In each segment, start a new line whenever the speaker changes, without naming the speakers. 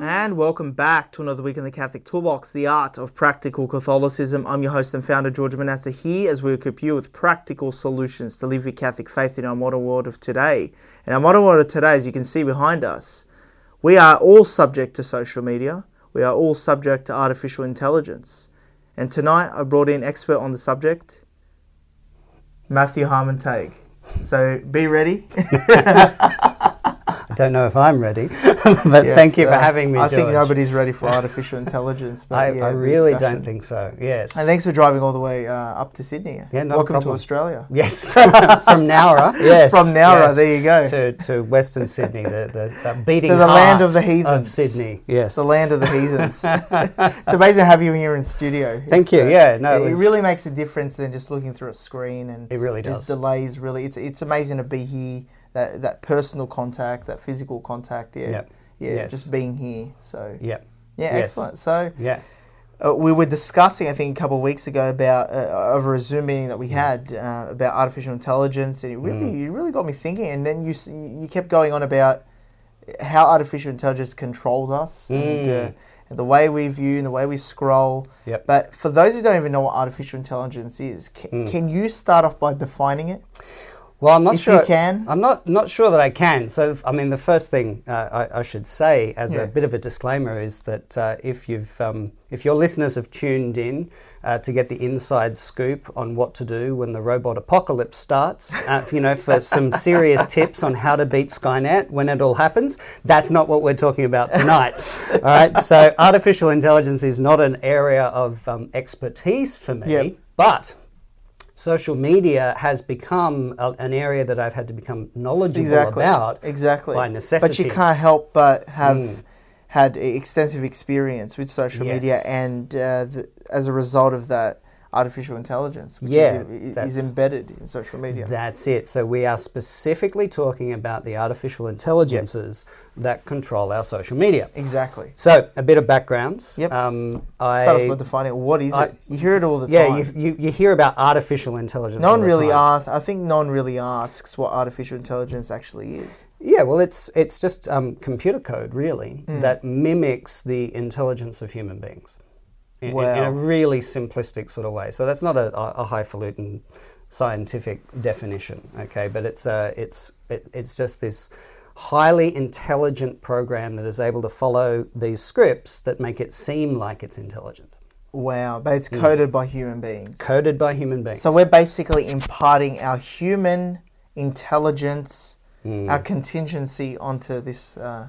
And welcome back to another week in the Catholic Toolbox, the art of practical Catholicism. I'm your host and founder, George Manassa, here as we equip you with practical solutions to live your Catholic faith in our modern world of today. In our modern world of today, as you can see behind us, we are all subject to social media, we are all subject to artificial intelligence. And tonight, I brought in expert on the subject, Matthew Harmon Tague. So be ready.
I don't know if I'm ready, but
Yes,
thank you for
uh,
having me,
I
George.
think nobody's ready for artificial intelligence. But
I,
yeah,
I
this
really
discussion.
don't think so. Yes.
And thanks for driving all the way uh, up to Sydney.
Yeah, not a
Welcome to
problem.
Australia.
yes, from, from Nowra. Yes.
From Nowra,
yes,
there you go.
To, to Western Sydney, the, the, the beating
To the land
heart
of the heathens.
Sydney. Yes.
The land of the heathens. it's amazing to have you here in studio.
Thank
It's,
you.
uh,
Yeah, no, it
it,
was-
really makes a difference than just looking through a screen and
It really
just
does.
delays. Really, it's it's amazing to be here. That that personal contact, that physical contact. Yeah,
Yep.
yeah,
Yes.
just being here. So yeah,
Yep. Yes.
excellent. So
Yeah.
uh, we were discussing, I think, a couple of weeks ago about uh, over a Zoom meeting that we had uh, about artificial intelligence, and it
Mm.
really, it really got me thinking. And then you, s- you kept going on about how artificial intelligence controls us and, uh, and the way we view and the way we scroll.
Mm. Yep.
But for those who don't even know what artificial intelligence is, can, can you start off by defining it?
Well, I'm Mm. not
If
sure.
you can.
I'm not not sure that I can. So, I mean, the first thing uh, I, I should say as
Yeah.
a bit of a disclaimer is that uh, if you've um, if your listeners have tuned in uh, to get the inside scoop on what to do when the robot apocalypse starts, uh, if, you know, for some serious tips on how to beat Skynet when it all happens, that's not what we're talking about tonight. all right. So, artificial intelligence is not an area of um, expertise for me,
Yep.
but social media has become a, an area that I've had to become knowledgeable
Exactly.
about
exactly.
by necessity. Hmm.
But you can't help but have had e, extensive experience with social media,
Yes.
and uh, the, as a result of that, artificial intelligence, which
Yeah,
is, i- is
that's-
embedded in social media.
That's it. So we are specifically talking about the artificial intelligences that control our social media.
exactly.
So a bit of backgrounds.
Yep.
Um, I,
Start off by defining what is
I-
it. You hear it all the
yeah,
time.
you, you, you hear about artificial intelligence.
no
all
one
the
really
time.
asks. I think no one really asks what artificial intelligence actually is.
Yeah, well, it's it's just um, computer code really
Mm.
that mimics the intelligence of human beings in, in- in
Wow.
a really simplistic sort of way. So that's not a, a a highfalutin scientific definition, okay? But it's uh, it's it, it's just this highly intelligent program that is able to follow these scripts that make it seem like it's intelligent,
Wow, but
Hmm.
it's coded by human beings.
coded by human beings.
So we're basically imparting our human intelligence,
Hmm.
our contingency onto this. Uh,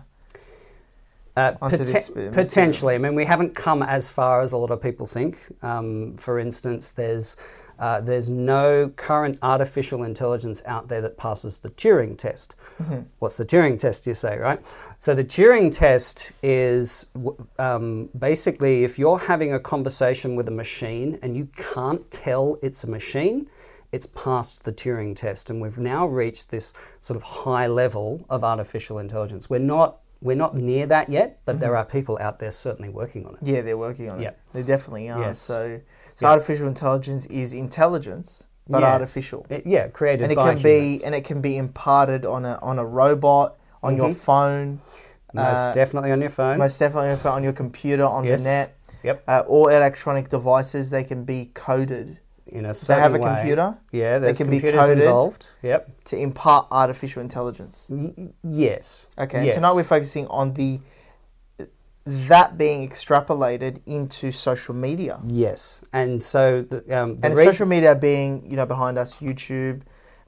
Uh,
onto
pote-
this, uh, material.
potentially. I mean, we haven't come as far as a lot of people think. Um, for instance, there's uh, there's no current artificial intelligence out there that passes the Turing test.
Mm-hmm.
What's the Turing test? You say, right? So the Turing test is w- um, basically if you're having a conversation with a machine and you can't tell it's a machine, it's passed the Turing test, and we've now reached this sort of high level of artificial intelligence. We're not we're not near that yet, but there are people out there certainly working on it.
Yeah, they're working on
Yeah.
it. They definitely are.
Yes.
So, so artificial intelligence is intelligence, but
Yes.
artificial,
It- yeah, created
and it
by
can
humans.
be and it can be imparted on a on a robot, on your phone,
Mm-hmm. most
uh,
definitely on your phone.
most definitely on your phone, on your computer, on
Yes.
the net,
yep.
uh, all electronic devices. They can be coded
in a
They
certain
have a
way.
computer
Yeah, there's
can be
computers
coded.
involved. Yep.
to impart artificial intelligence.
Y- yes.
Okay, and
Yes.
tonight we're focusing on the that being extrapolated into social media.
Yes. And so the, um, the
and
reason-
social media being you know behind us youtube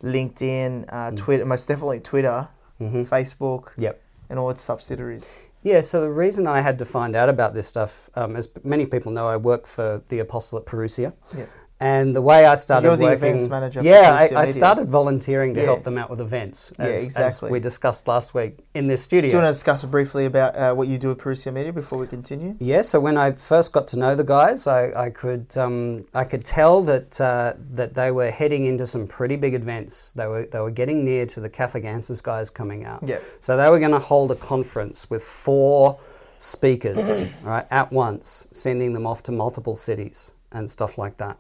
linkedin uh, twitter most definitely twitter
Mhm.
facebook
Mm. Yep.
and all its subsidiaries
Yeah, so the reason I had to find out about this stuff, um, as p- many people know, I work for the Apostle at Perusia.
Yeah.
And the way I started
You're the
working,
events manager for
yeah,
Perusia
I, I
Media.
started volunteering to
Yeah.
help them out with events,
Yeah,
as, as
exactly.
we discussed last week in this
do
studio.
you want to discuss briefly about uh, what you do at Perusia media before we continue
Yeah, so when I first got to know the guys, I, I could um, I could tell that uh, that they were heading into some pretty big events. They were they were getting near to the Catholic Answers guys coming out.
Yeah.
So they were going to hold a conference with four speakers, right, at once, sending them off to multiple cities and stuff like that.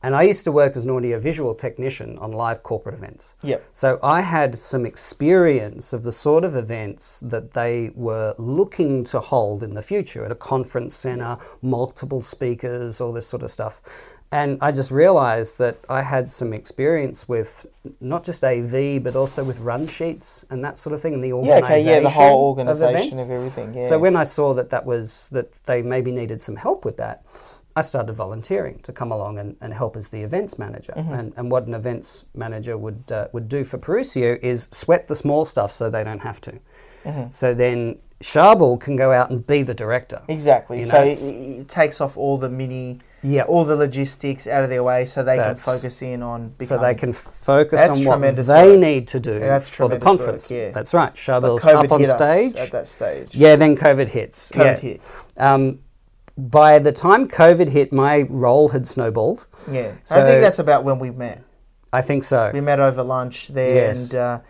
And I used to work as an audiovisual technician on live corporate events.
Yep.
So I had some experience of the sort of events that they were looking to hold in the future at a conference center, multiple speakers, all this sort of stuff. And I just realized that I had some experience with not just AV, but also with run sheets and that sort of thing, and the
Yeah, okay,
organization.
yeah, the whole
of,
organisation
events.
of everything, yeah.
So when I saw that that was that they maybe needed some help with that, I started volunteering to come along and, and help as the events manager.
Mm-hmm.
And, and what an events manager would uh, would do for Perusio is sweat the small stuff so they don't have to.
Mm-hmm.
So then Sharbel can go out and be the director.
exactly
You
so
know.
it, it takes off all the mini
Yeah.
all the logistics out of their way so they
That's-
can focus in on
so
becoming,
they can focus
That's
on what
tremendous
they
work.
need to do
Yeah, that's
for the
tremendous work,
conference.
yeah.
That's right.
But
Sharbel's
COVID
up on
hit us
stage.
at that stage
Yeah, then COVID hits.
COVID
yeah.
hit.
Um, by the time COVID hit, my role had snowballed.
yeah i
So-
think that's about when we met
I think so.
we met over lunch there
Yes.
and uh,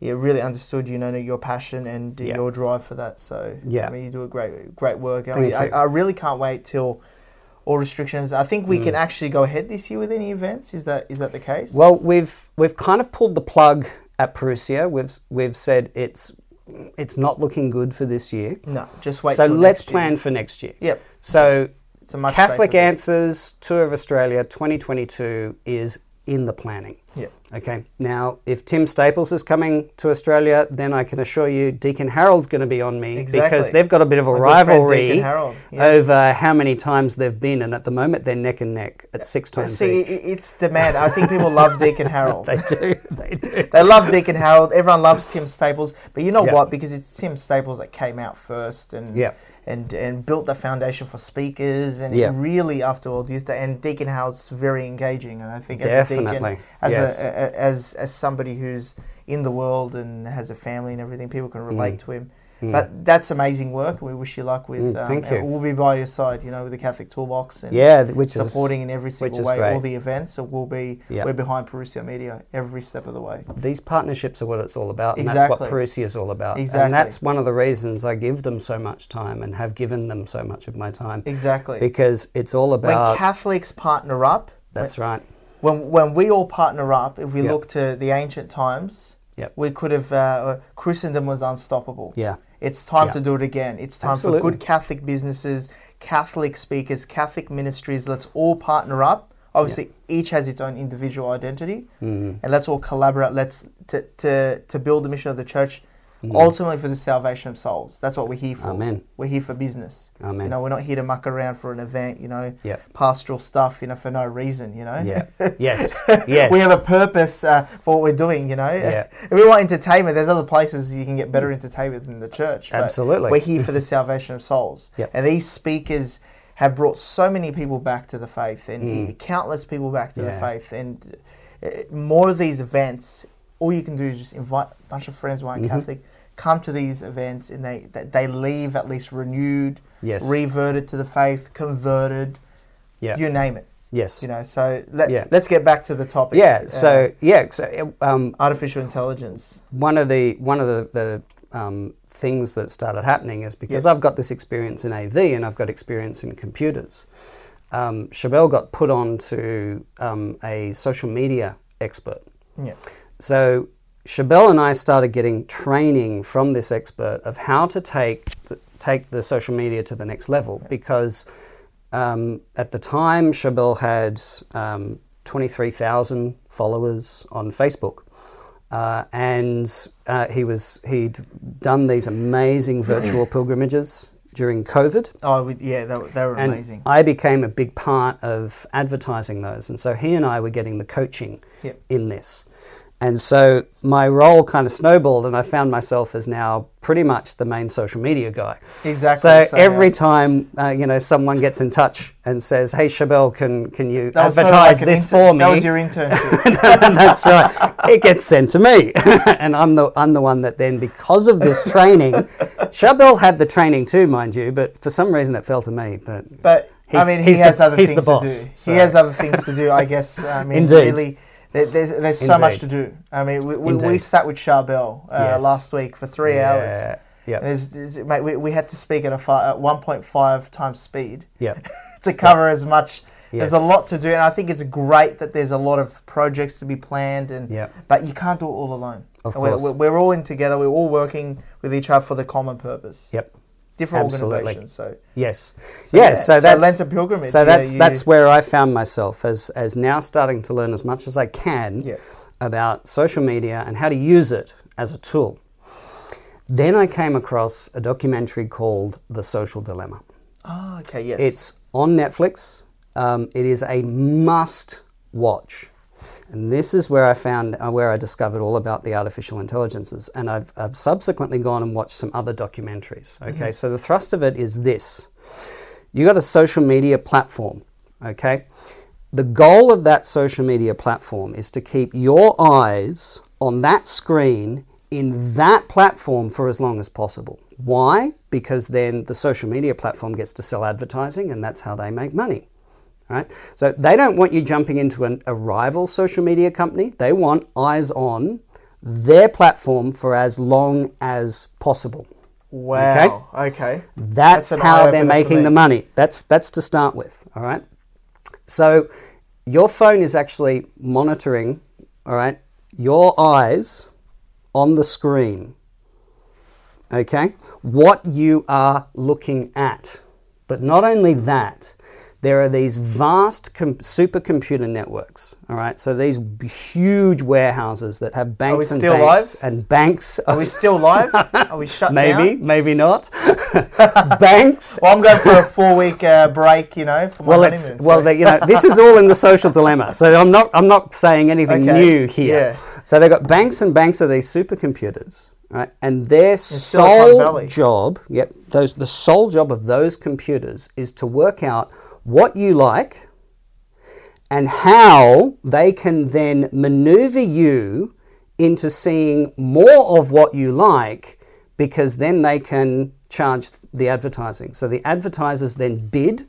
yeah, really understood you know your passion and
Yeah.
your drive for that. So
Yeah.
I mean you do a great great work. I,
Thank
mean, I,
you.
I really can't wait till all restrictions. I think we
Mm.
can actually go ahead this year with any events. Is that is that the case?
Well, we've we've kind of pulled the plug at Perusia. We've we've said it's it's not looking good for this year.
no, just wait.
so
till
let's
next year.
plan for next year.
Yep,
So
it's a much
Catholic
safer-
Answers Tour of Australia 2022 is in the planning.
Yep.
Okay. Now, if Tim Staples is coming to Australia, then I can assure you Deacon Harold's going to be on me because
Exactly.
they've got a bit of a
My good friend
rivalry Uh,
Deacon Harold, yeah.
over how many times they've been, and at the moment they're neck and neck at six times
See,
each.
i- it's the man. I think people love Deacon Harold.
They do. They do.
They love Deacon Harold. Everyone loves Tim Staples, but you know
Yeah.
what? Because it's Tim Staples that came out first and
Yeah.
and and built the foundation for speakers and
Yeah.
really after World Youth Day. And Deacon Harold's very engaging, and I think as a
Definitely,
deacon, as
yes.
a, uh, a, as as somebody who's in the world and has a family and everything, people can relate to him. But that's amazing work, and we wish you luck with.
Mm, thank
and
you.
We'll be by your side, you know, with the Catholic Toolbox and
Yeah, th- which
supporting in every single
is
way all
great.
the events. So we'll be
Yeah.
we're behind Perusia Media every step of the way.
is these partnerships are what it's all about, and that's
Exactly.
what Perusia is all about.
Exactly.
And that's one of the reasons I give them so much time and have given them so much of my time
Exactly.
because it's all
when
about.
Catholics partner up,
that's right.
when when we all partner up, if we
Yep.
look to the ancient times,
Yep.
we could have uh, Christendom was unstoppable.
Yeah.
It's time
Yeah.
to do it again. It's time for
Absolutely.
good Catholic businesses, Catholic speakers, Catholic ministries. Let's all partner up. Obviously, each has its own individual identity,
Mm-hmm.
and let's all collaborate. Let's to, to to build the mission of the church, ultimately for the salvation of souls. That's what we're here for.
Mm. Amen.
We're here for business.
Amen.
You know, we're not here to muck around for an event. You know,
Yeah.
pastoral stuff. You know, for no reason. You know,
Yeah. yes. Yes.
we have a purpose uh, for what we're doing, you know.
Yeah. Mm.
If we want entertainment, there's other places you can get better entertainment than the church. but
Absolutely.
We're here for the salvation of souls.
Yep.
And these speakers have brought so many people back to the faith and countless people back to the
Hmm. Yeah.
faith. And uh, more of these events, all you can do is just invite a bunch of friends who aren't
Mm-hmm.
Catholic, come to these events, and they, they, they leave at least renewed,
Yes.
reverted to the faith, converted,
yeah.
you name it.
yes.
You know, so let,
Yeah.
let's get back to the topic.
yeah.
Uh,
So yeah. So um,
artificial intelligence.
one of the one of the, the um, things that started happening is because I've got this experience in AV and I've got experience in computers. Um, Chabelle got put on to um, a social media expert.
Yeah.
So Chabelle and I started getting training from this expert of how to take the, take the social media to the next level because um, at the time Chabelle had um, 23,000 followers on Facebook. Uh, and uh, he was he'd done these amazing virtual pilgrimages during COVID,
Oh, we- yeah, they, were- they were
and
amazing.
I became a big part of advertising those. And so he and I were getting the coaching
Yep.
in this. And so my role kind of snowballed, and I found myself as now pretty much the main social media guy.
Exactly,
So,
so,
every
yeah.
time uh, you know someone gets in touch and says, "Hey, Chabelle, can can you
That was sort of
advertise
like an
this
inter-
for me?"
That was your internship.
That's right. It gets sent to me, and I'm the I'm the one that then, because of this training, Chabelle had the training too, mind you, but for some reason it fell to me. But,
But I
He's-
mean, he
he's the-
has other
he's
things
the boss,
to do.
so-
He has other things to do, I guess. I mean,
Indeed.
really, there- there's, there's so much to
Indeed.
do. I mean, we, we, we
Indeed.
sat with Charbel uh,
Yes.
last week for three
Yeah,
hours.
yep.
There's, there's- mate, we, we had to speak at a fi- at 1.5 times speed
Yep.
to cover as much. There's a
Yes.
lot to do, and I think it's great that there's a lot of projects to be planned. And
Yep.
but you can't do it all alone.
Of
And we're-
course.
we're, we're all in together. We're all working with each other for the common purpose.
Yep.
Different
Absolutely.
organisations. So
Yes.
So,
yes.
yeah, so
So that's
Lenten pilgrimage,
So
yeah,
that's
you-
that's where I found myself as as now starting to learn as much as I can
Yeah.
about social media and how to use it as a tool. Then I came across a documentary called The Social Dilemma.
ah, okay, yes,
It's on Netflix. Um, it is a must watch. And this is where I found, uh, where I discovered all about the artificial intelligences. And I've, I've subsequently gone and watched some other documentaries. Okay, so the thrust of it is this you got a social media platform. Okay, the goal of that social media platform is to keep your eyes on that screen in that platform for as long as possible. Why? Because then the social media platform gets to sell advertising and that's how they make money. Right? So they don't want you jumping into an, a rival social media company. They want eyes on their platform for as long as possible.
wow. Okay,
That's,
an
how
eye-opener
they're
for
making
me.
the money. That's that's to start with. All right. So your phone is actually monitoring, all right, your eyes on the screen. Okay? What you are looking at. But not only that, there are these vast com- supercomputer networks, all right? So these b- huge warehouses that have banks and
still
banks
live?
and banks
Are
of
we still live? Are we shut down?
maybe, maybe not. banks
Well, I'm going for a four-week uh, break, you know, for my
well, it's
honeymoon.
well,
so-
they, you know, this is all in the social dilemma. So I'm not, I'm not saying anything
Okay,
new here.
yeah.
So they've got banks and banks of these supercomputers, right? And their
Silicon
sole
Valley.
job, yep, those, the sole job of those computers is to work out what you like and how they can then maneuver you into seeing more of what you like because then they can charge the advertising. So the advertisers then bid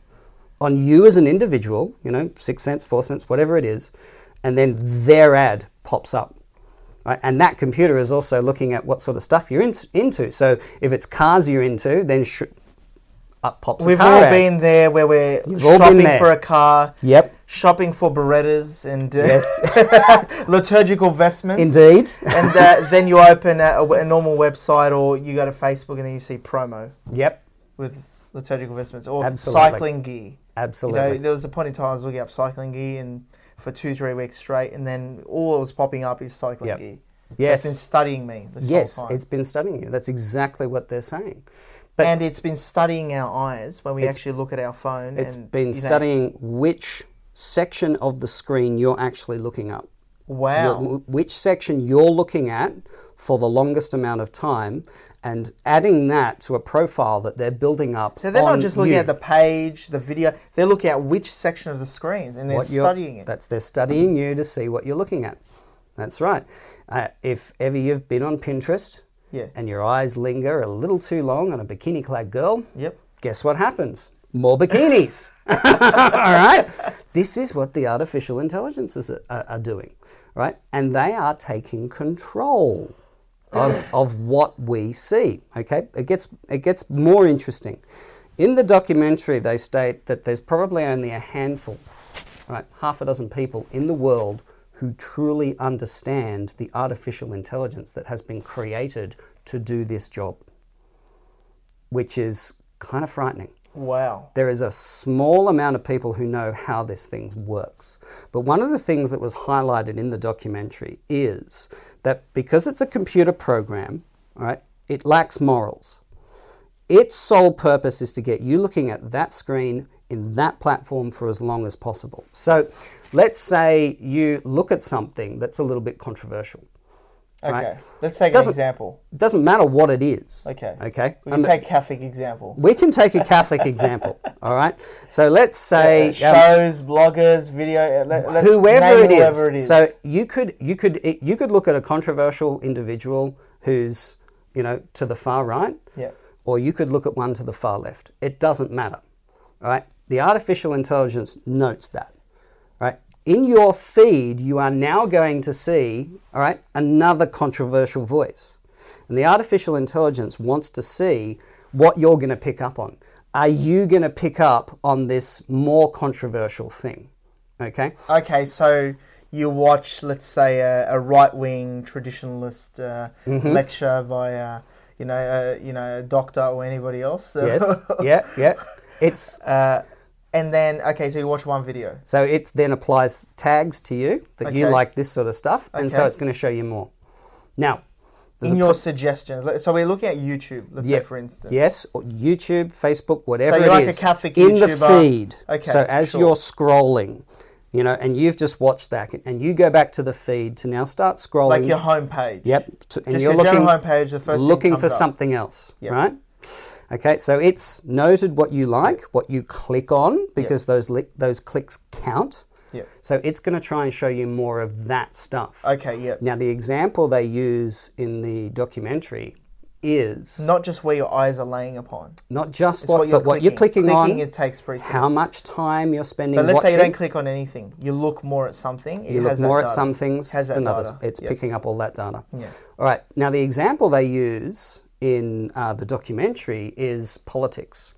on you as an individual, you know, six cents, four cents, whatever it is, and then their ad pops up. Right? And that computer is also looking at what sort of stuff you're in- into. So if it's cars you're into, then sh- up pops a
we've
car
all
ad.
been there where we're
You've all been
shopping
there.
for a car,
Yep.
shopping for Berettas and uh,
Yes.
liturgical vestments,
Indeed.
and uh, then you open a, a, a normal website or you go to Facebook and then you see promo
Yep.
with liturgical vestments or
Absolutely.
cycling gear. You
Absolutely.
know, there was a point in time I was looking up cycling gear and for two, three weeks straight, and then all that was popping up is cycling
Yep.
gear. so it's
Yes.
been studying me this
yes,
whole time.
it's been studying you. That's exactly what they're saying. But
and it's been studying our eyes when we
It's-
actually look at our phone.
it's
and,
been
you know,
studying which section of the screen you're actually looking up.
wow.
Your- which section you're looking at for the longest amount of time and adding that to a profile that they're building up.
so they're
on
not just looking
you.
at the page, the video. They're looking at which section of the screen, and they're
what you're-
studying it.
That's they're studying you to see what you're looking at. That's right. Uh, if ever you've been on Pinterest
Yeah.
and your eyes linger a little too long on a bikini clad girl,
Yep.
guess what happens? More bikinis. All right? This is what the artificial intelligences are, are, are doing, right? And they are taking control of, of what we see, okay? It gets, it gets more interesting. In the documentary, they state that there's probably only a handful, right, half a dozen people in the world who truly understand the artificial intelligence that has been created to do this job which is kind of frightening.
Wow.
There is a small amount of people who know how this thing works. But one of the things that was highlighted in the documentary is that because it's a computer program, all right, it lacks morals. Its sole purpose is to get you looking at that screen in that platform for as long as possible. So let's say you look at something that's a little bit controversial.
Okay.
Right.
Let's take an
Doesn't-
example.
It doesn't matter what it is.
Okay.
Okay.
We can
Um,
take Catholic example.
we can take a Catholic example. All right. So let's say
Uh,
um,
shows, bloggers, video. uh, Let, let's
whoever
name
it, is.
whoever it is.
So you could you could it, you could look at a controversial individual who's you know to the far right,
Yeah.
or you could look at one to the far left. It doesn't matter, all right? The artificial intelligence notes that, all right? In your feed, you are now going to see, all right, another controversial voice, and the artificial intelligence wants to see what you're going to pick up on. Are you going to pick up on this more controversial thing? Okay.
Okay, so you watch, let's say, a, a right-wing traditionalist uh,
Mm-hmm.
lecture by, uh, you know, uh, you know, a doctor or anybody else. uh,
Yes. yeah. Yeah. It's
uh, and then, okay, so you watch one video.
so it then applies tags to you that you
Okay.
like this sort of stuff, and so
Okay.
it's going to show you more. Now, there's
In
a
your
pro-
suggestions, Let- so we're looking at YouTube, let's say, for instance.
yes, or YouTube, Facebook, whatever
you're
it
like a
is,
Catholic
in the
YouTuber.
feed.
Okay,
so as
sure.
you're scrolling, you know, and you've just watched that, and you go back to the feed to now start scrolling.
Like your homepage.
Yep. To, and
Just
you're
your
looking
general homepage, the first thing
looking
comes
for
up.
something else,
Yep.
right? Okay, so it's noted what you like, what you click on, because those li- those clicks count.
Yep.
So it's going to try and show you more of that stuff.
Okay, yep.
Now the example they use in the documentary is
Not just where your eyes are laying upon.
not just
what
what,
you're
but what you're
clicking.
clicking,
Clicking,
on.
it takes precedence.
How much time you're spending.
But let's
watching.
say you don't click on anything. You look more at something. it
You look
has that
more at
data.
some things
Has that
than others.
data.
It's
Yep.
picking up all that data.
Yeah.
All right. Now, the example they use in uh, the documentary is politics.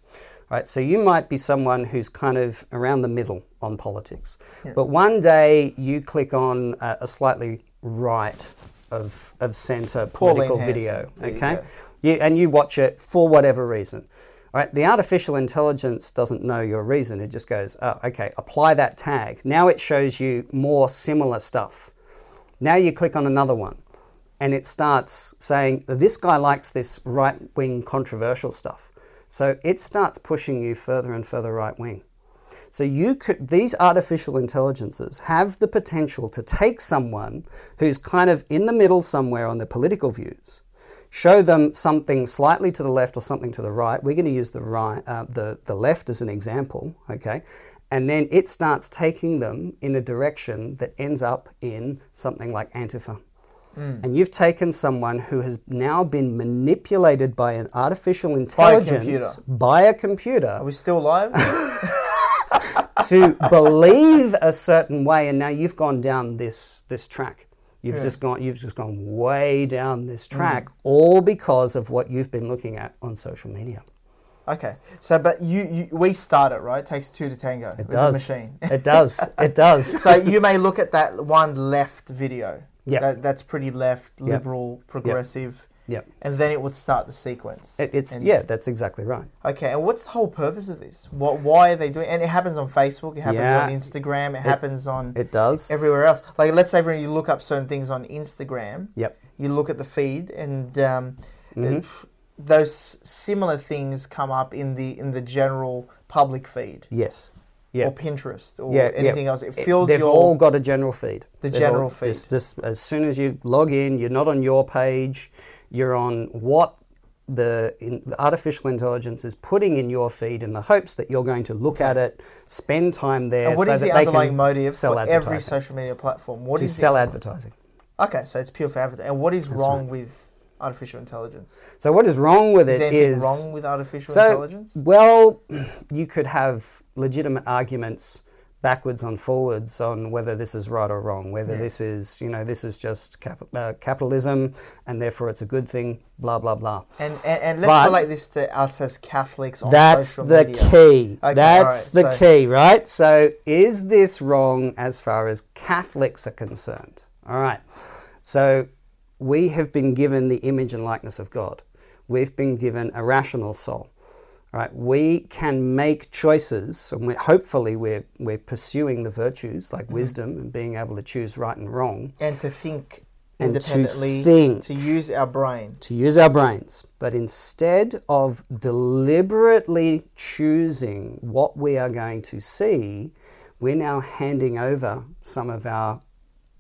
All right. So you might be someone who's kind of around the middle on politics, but one day you click on uh, a, a slightly right of, of centre political
Hanson.
video.
There you
Okay.
go.
You, and you watch it for whatever reason. All right, the artificial intelligence doesn't know your reason. It just goes, oh, okay, apply that tag. Now it shows you more similar stuff. Now you click on another one and it starts saying, this guy likes this right wing controversial stuff. So it starts pushing you further and further right wing. So you could these artificial intelligences have the potential to take someone who's kind of in the middle somewhere on their political views, show them something slightly to the left or something to the right. We're going to use the right, uh, the the left as an example, okay? And then it starts taking them in a direction that ends up in something like Antifa.
Hmm.
And you've taken someone who has now been manipulated by an artificial
By a
intelligence
computer.
by a computer
Are we still live?
to believe a certain way, and now you've gone down this this track. You've just gone you've just gone way down
Mm.
this track, all because of what you've been looking at on social media.
okay. So, but you, you we start it right. It takes two to tango with
does.
the machine.
It does. It does.
so you may look at that one left video.
Yeah.
That, that's pretty left, liberal, progressive.
Yep.
And then it would start the sequence.
It- it's
And-
yeah, that's exactly right.
Okay. And what's the whole purpose of this? What? Why are they doing? And it happens on Facebook. It happens
Yeah.
on Instagram. It, happens on
It does.
everywhere else. Like let's say when you look up certain things on Instagram.
Yep.
you look at the feed and um,
Mm-hmm.
uh, those similar things come up in the in the general public feed
Yes. Yeah.
or Pinterest or
Yeah, yeah.
anything else. It
It-
fills
They've
your
all got a general feed.
The
They've
general
all-
feed.
Just, just as soon as you log in, you're not on your page. You're on what the, in, the artificial intelligence is putting in your feed, in the hopes that you're going to look at it, spend time there.
and what
so
is
that
the
they
underlying
can
motive
sell
for
advertising?
every social media platform? What
to
is
sell advertising.
it? Okay, so it's pure for advertising. And what is wrong with artificial intelligence?
So what is wrong with
Is there
it
anything
is
wrong with artificial
so
intelligence?
well, you could have legitimate arguments backwards and forwards on whether this is right or wrong, whether this is you know this is just cap- uh, capitalism and therefore it's a good thing, blah blah blah.
And and, and let's
But-
relate this to us as Catholics on
That's
social
the
media.
key.
Okay,
That's
all
the
right, so-
key, right? So, is this wrong as far as Catholics are concerned? All right. So, we have been given the image and likeness of God. We've been given a rational soul. right? We can make choices, and we hopefully we're we're pursuing the virtues like
Mm-hmm.
wisdom and being able to choose right and wrong,
and to think
And to
independently,
think.
to use our brain.
to use our brains. But instead of deliberately choosing what we are going to see, we're now handing over some of our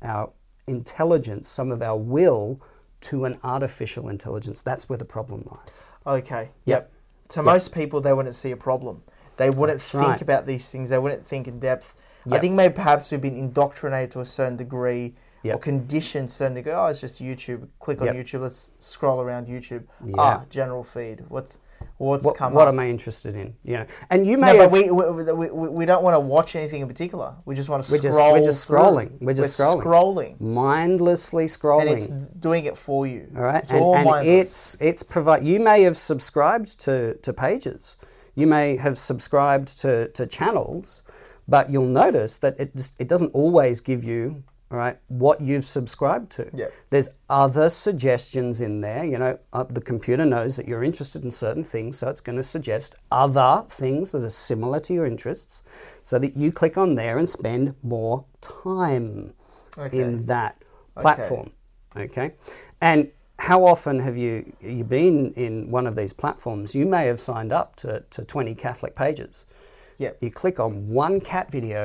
our intelligence, some of our will to an artificial intelligence. That's where the problem lies.
Okay. Yep.
Yep.
To most people, they wouldn't see a problem. They wouldn't think
right.
about these things. They wouldn't think in depth. I
Yep.
think maybe perhaps we've been indoctrinated to a certain degree or
Yep.
conditioned to a certain degree. Oh, it's just YouTube. Click on
Yep.
YouTube. Let's scroll around YouTube.
Yeah.
Ah, general feed. What's what's
What,
come
what
up?
am I interested in? You know, and you may
No, but
have,
we, we, we, we we don't want to watch anything in particular. We just want to
We're just-
scroll.
we're just
through.
scrolling. We're just
We're
scrolling.
scrolling.
mindlessly scrolling.
And it's doing it for you.
All right,
It's
and,
all
and
mindless.
it's it's provide. You may have subscribed to to pages, you may have subscribed to to channels, but you'll notice that it just, it doesn't always give you all right what you've subscribed to.
Yep.
There's other suggestions in there. You know, uh, the computer knows that you're interested in certain things, so it's going to suggest other things that are similar to your interests, so that you click on there and spend more time
Okay.
in that platform. Okay. And how often have you you been in one of these platforms? You may have signed up to, to 20 Catholic pages.
Yep.
You click on one cat video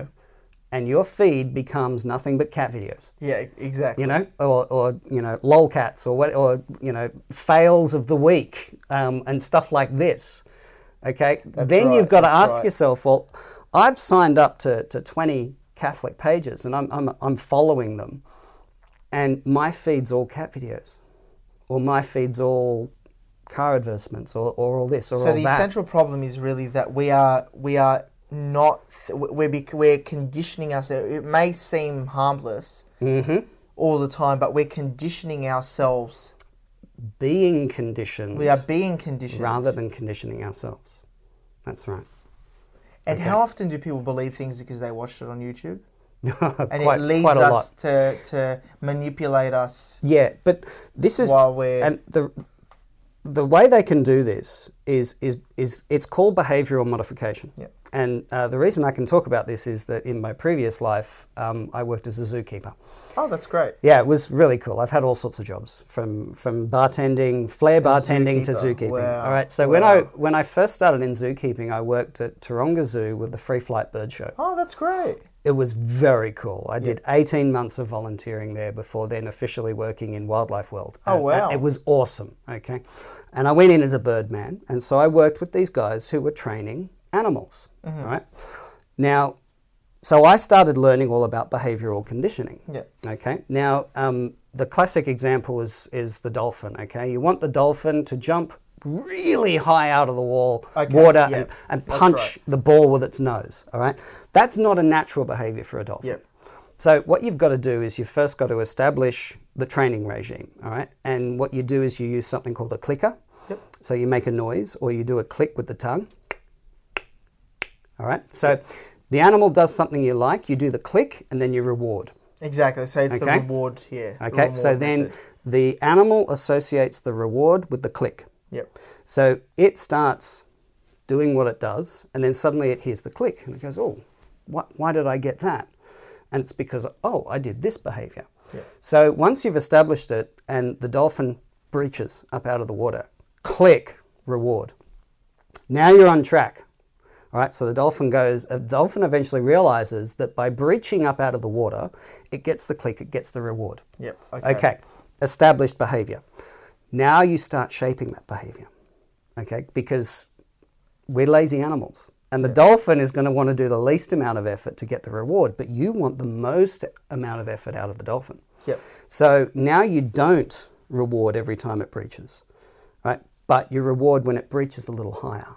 and your feed becomes nothing but cat videos.
yeah, e-, exactly.
You know, or, or you know, lolcats or what, or you know, fails of the week um, and stuff like this. Okay, then
right,
you've got to
that's
ask
right.
yourself, well, I've signed up to, to 20 Catholic pages and I'm, I'm, I'm following them, and my feed's all cat videos, or my feed's all car advertisements, or, or all this, or
So
all
the
that.
central problem is really that we are we are not we're bec- we're conditioning ourselves. It may seem harmless
Mm-hmm.
all the time, but we're conditioning ourselves.
Being conditioned
We are being conditioned.
rather than conditioning ourselves. That's right.
and how often do people believe things because they watched it on YouTube? And
quite,
it leads
quite a lot.
us to, to manipulate us.
Yeah, but this is
While we're-
and the the way they can do this is is is it's called behavioural modification.
Yep.
And uh, the reason I can talk about this is that in my previous life, um, I worked as a zookeeper.
Oh, that's great.
Yeah, it was really cool. I've had all sorts of jobs from from bartending, flair bartending to
Zookeeper.
zookeeping.
Wow.
All right. So when
Wow.
I when I first started in zookeeping, I worked at Taronga Zoo with the Free Flight Bird Show
Oh, that's great.
it was very cool. I did 18 months of volunteering there before then officially working in Wildlife World.
Oh,
And-
wow.
and It was awesome, okay? And I went in as a birdman, and so I worked with these guys who were training animals,
Mm-hmm.
all right? Now, so I started learning all about behavioral conditioning.
Yeah.
Okay. Now, um, the classic example is is the dolphin. Okay, you want the dolphin to jump really high out of the wall,
Okay,
water,
yeah,
and, and
that's
punch
right.
the ball with its nose. All right, that's not a natural behavior for a dolphin.
Yep.
So what you've got to do is you've first got to establish the training regime. All right, and what you do is you use something called a clicker.
Yep.
So you make a noise, or you do a click with the tongue. All right. So the animal does something you like. You do the click, and then you reward.
Exactly. So it's the
Okay.
reward here. the
Okay, so
reward
then
method.
the animal associates the reward with the click.
Yep.
So it starts doing what it does, and then suddenly it hears the click and it goes, Oh, what, why did I get that? And it's because, Oh, I did this behavior.
Yeah.
So once you've established it and the dolphin breaches up out of the water, click, reward. Now you're on track. All right, so the dolphin goes, a dolphin eventually realizes that by breaching up out of the water, it gets the click, it gets the reward.
Yep.
Okay. Established behavior. Now you start shaping that behavior. Okay. Because we're lazy animals. And the dolphin is going to want to do the least amount of effort to get the reward, but you want the most amount of effort out of the dolphin.
Yep.
So now you don't reward every time it breaches, right? But you reward when it breaches a little higher.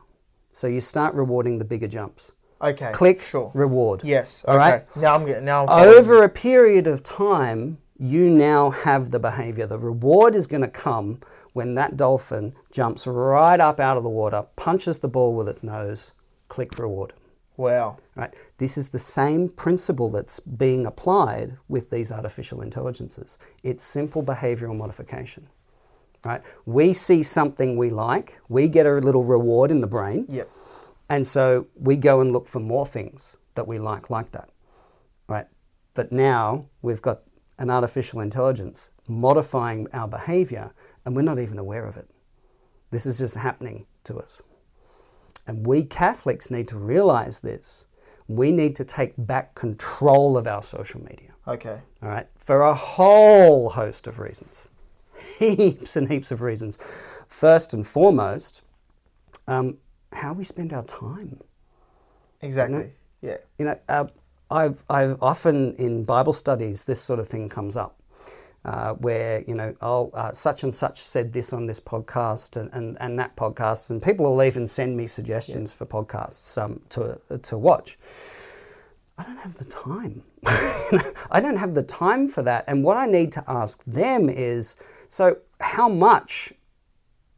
So you start rewarding the bigger jumps.
Okay.
Click,
Sure.
reward.
Yes.
All
okay.
right.
Now I'm getting. Now I'm following you.
Over a period of time, you now have the behavior. The reward is going to come when that dolphin jumps right up out of the water, punches the ball with its nose, click reward.
Wow.
Right? This is the same principle that's being applied with these artificial intelligences. It's simple behavioral modification. right? We see something we like, we get a little reward in the brain,
Yep.
and so we go and look for more things that we like like that, right? But now we've got an artificial intelligence modifying our behavior, and we're not even aware of it. This is just happening to us. And we Catholics need to realize this. We need to take back control of our social media.
Okay.
All right, for a whole host of reasons, heaps and heaps of reasons. First and foremost, um, how we spend our time.
Exactly. Yeah.
You know, uh, I've I've often in Bible studies this sort of thing comes up, uh, where you know, oh, uh, such and such said this on this podcast and, and, and that podcast, and people will even send me suggestions for podcasts um, to to watch. I don't have the time. You know, I don't have the time for that. And what I need to ask them is so, how much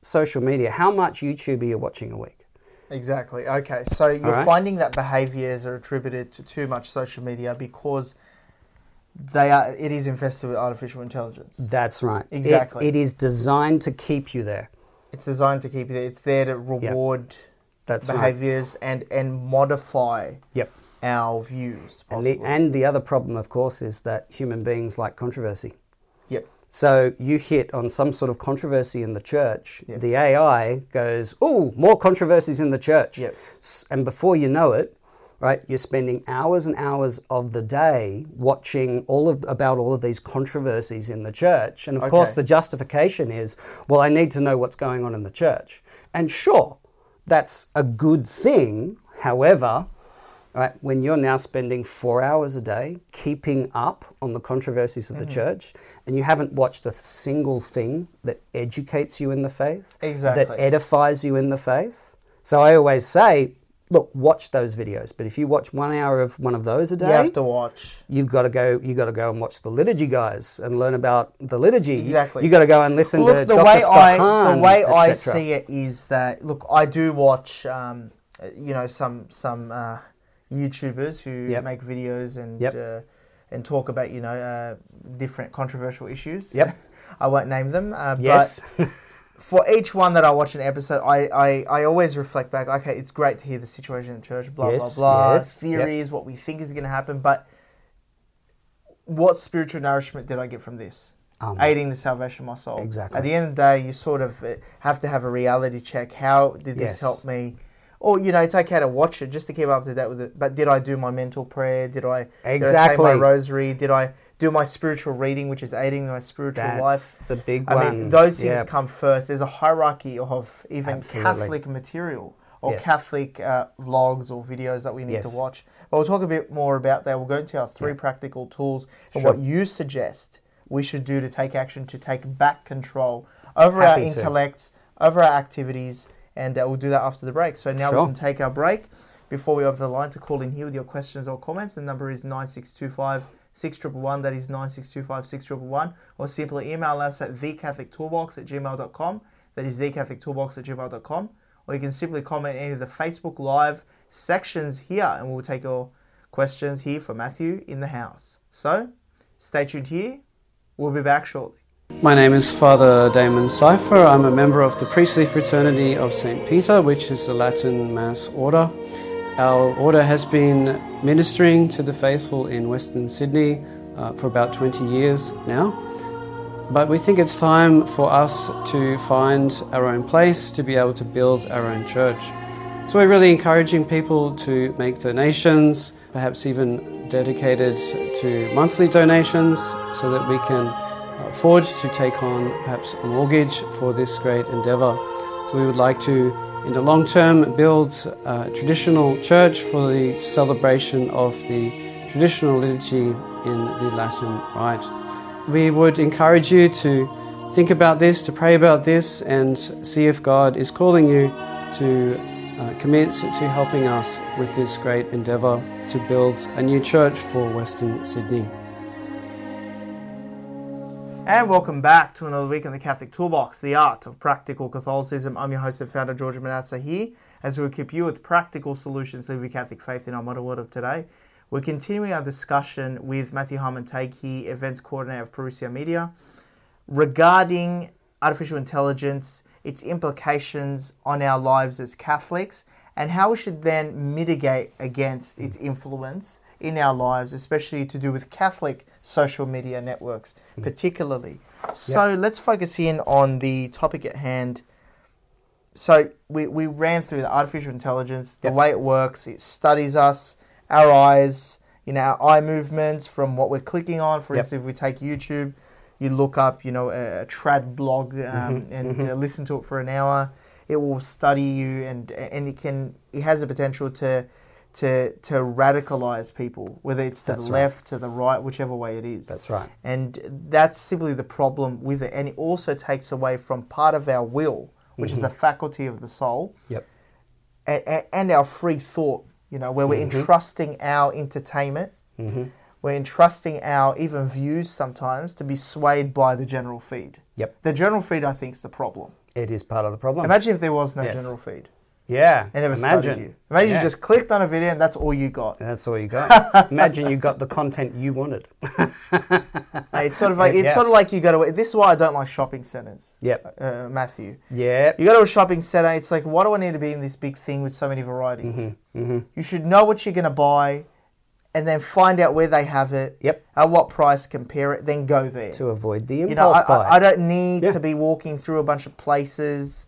social media, how much YouTube are you watching a week?
Exactly. Okay. So you're
right.
finding that behaviors are attributed to too much social media because they are it is infested with artificial intelligence.
That's right. It-
Exactly.
it is designed to keep you there.
It's designed to keep you there. It's there to reward
That's right.
behaviors and and modify
Yep.
our views.
And the,
Possibly.
and the other problem, of course, is that human beings like controversy.
yep.
So you hit on some sort of controversy in the church, the AI goes, "Oh, more controversies in the church,"
Yep.
S- and before you know it, right, you're spending hours and hours of the day watching all of about all of these controversies in the church, and of course
Okay.
the justification is, "Well, I need to know what's going on in the church," and sure, that's a good thing. However. Right, when you're now spending four hours a day keeping up on the controversies of the
Mm-hmm.
church, and you haven't watched a single thing that educates you in the faith,
Exactly.
that edifies you in the faith. So I always say, look, watch those videos. But if you watch one hour of one of those a day,
You have to watch.
You've got to go. You got to go and watch the liturgy guys and learn about the liturgy.
Exactly.
You got to go and listen to
Look, the
Dr.
way
Scott
I
Hahn,
the way I
et cetera.
see it is that look, I do watch um, uh, you know some some uh, YouTubers who
Yep.
make videos and
Yep.
uh, and talk about you know uh, different controversial issues.
Yep.
I won't name them. Uh,
Yes.
But for each one that I watch an episode, I, I, I always reflect back. Okay, it's great to hear the situation in church. Blah
Yes,
blah blah.
yes, yep.
Theories, what we think is going to happen, but what spiritual nourishment did I get from this?
Amen.
Aiding the salvation of my soul.
Um, Exactly.
At the end of the day, you sort of uh, have to have a reality check. How did
Yes.
this help me? Or you know, it's okay to watch it just to keep up to date with it. But did I do my mental prayer? Did I Did I say my
Exactly.
rosary? Did I do my spiritual reading, which is aiding my spiritual
That's
life?
the big
I
one.
mean, those things
Yep.
come first. There's a hierarchy of even
Absolutely.
Catholic material or
Yes.
Catholic uh, vlogs or videos that we need
Yes.
to watch. But we'll talk a bit more about that. We'll go into our three practical tools and
Sure.
what you suggest we should do to take action to take back control over our
Happy to.
intellects, over our activities, and uh, we'll do that after the break. So now we
Sure.
can take our break. Before we open the line to call in here with your questions or comments, the number is 9625 6111. That is 9625 6111. Or simply email us at thecatholictoolbox at gmail.com. That is thecatholictoolbox at gmail.com. Or you can simply comment in any of the Facebook Live sections here and we'll take your questions here for Matthew in the house. So stay tuned here. We'll be back shortly.
My name is Father Damon Cipher. I'm a member of the priestly fraternity of St. Peter, which is the Latin Mass order. Our order has been ministering to the faithful in Western Sydney uh, for about 20 years now. But we think it's time for us to find our own place, to be able to build our own church. So we're really encouraging people to make donations, perhaps even dedicated to monthly donations, so that we can uh, forge to take on perhaps a mortgage for this great endeavour. So we would like to, in the long term, build a traditional church for the celebration of the traditional liturgy in the Latin Rite we would encourage you to think about this, to pray about this, and see if God is calling you to uh, commit to helping us with this great endeavor to build a new church for Western Sydney.
And welcome back to another week in the Catholic Toolbox, the art of practical Catholicism. I'm your host and founder, George Manassa, here as we equip you with practical solutions to live your Catholic faith in our modern world of today. We're continuing our discussion with Matthew Harmon Takey, events coordinator of Perusia Media, regarding artificial intelligence, its implications on our lives as Catholics, and how we should then mitigate against its influence in our lives, especially to do with Catholic social media networks, particularly. So let's focus in on the topic at hand. So we, we ran through the artificial intelligence, the
Yep.
way it works, it studies us, our eyes, you know, our eye movements from what we're clicking on. For
Yep.
instance, if we take YouTube, you look up, you know, a, a trad blog um,
Mm-hmm,
and Uh, listen to it for an hour. It will study you, and and it can it has the potential to to to radicalize people, whether it's to
That's
the
right.
left, to the right, whichever way it is.
That's right.
And that's simply the problem with it. And it also takes away from part of our will, which is a
Mm-hmm.
faculty of the soul,
Yep.
and, and our free thought, you know, where we're
Mm-hmm.
entrusting our entertainment, we're entrusting our even views sometimes to be swayed by the general feed.
Yep.
The general feed, I think, is the problem.
It is part of the problem.
Imagine if there was no
Yes.
general feed.
yeah.
It never
imagine.
studied you. Imagine
Yeah.
you just clicked on a video and that's all you got.
That's all you got. imagine you got the content you wanted.
It's sort of like it's
Yeah.
sort of like you go to. This is why I don't like shopping centers.
Yep.
uh, Matthew.
Yep.
You go to a shopping center, it's like, why do I need to be in this big thing with so many varieties?
Mm-hmm.
You should know what you're going to buy and then find out where they have it,
Yep.
at what price, compare it, then go there.
To avoid the impulse
you know, I,
buy.
I, I don't need
Yeah.
to be walking through a bunch of places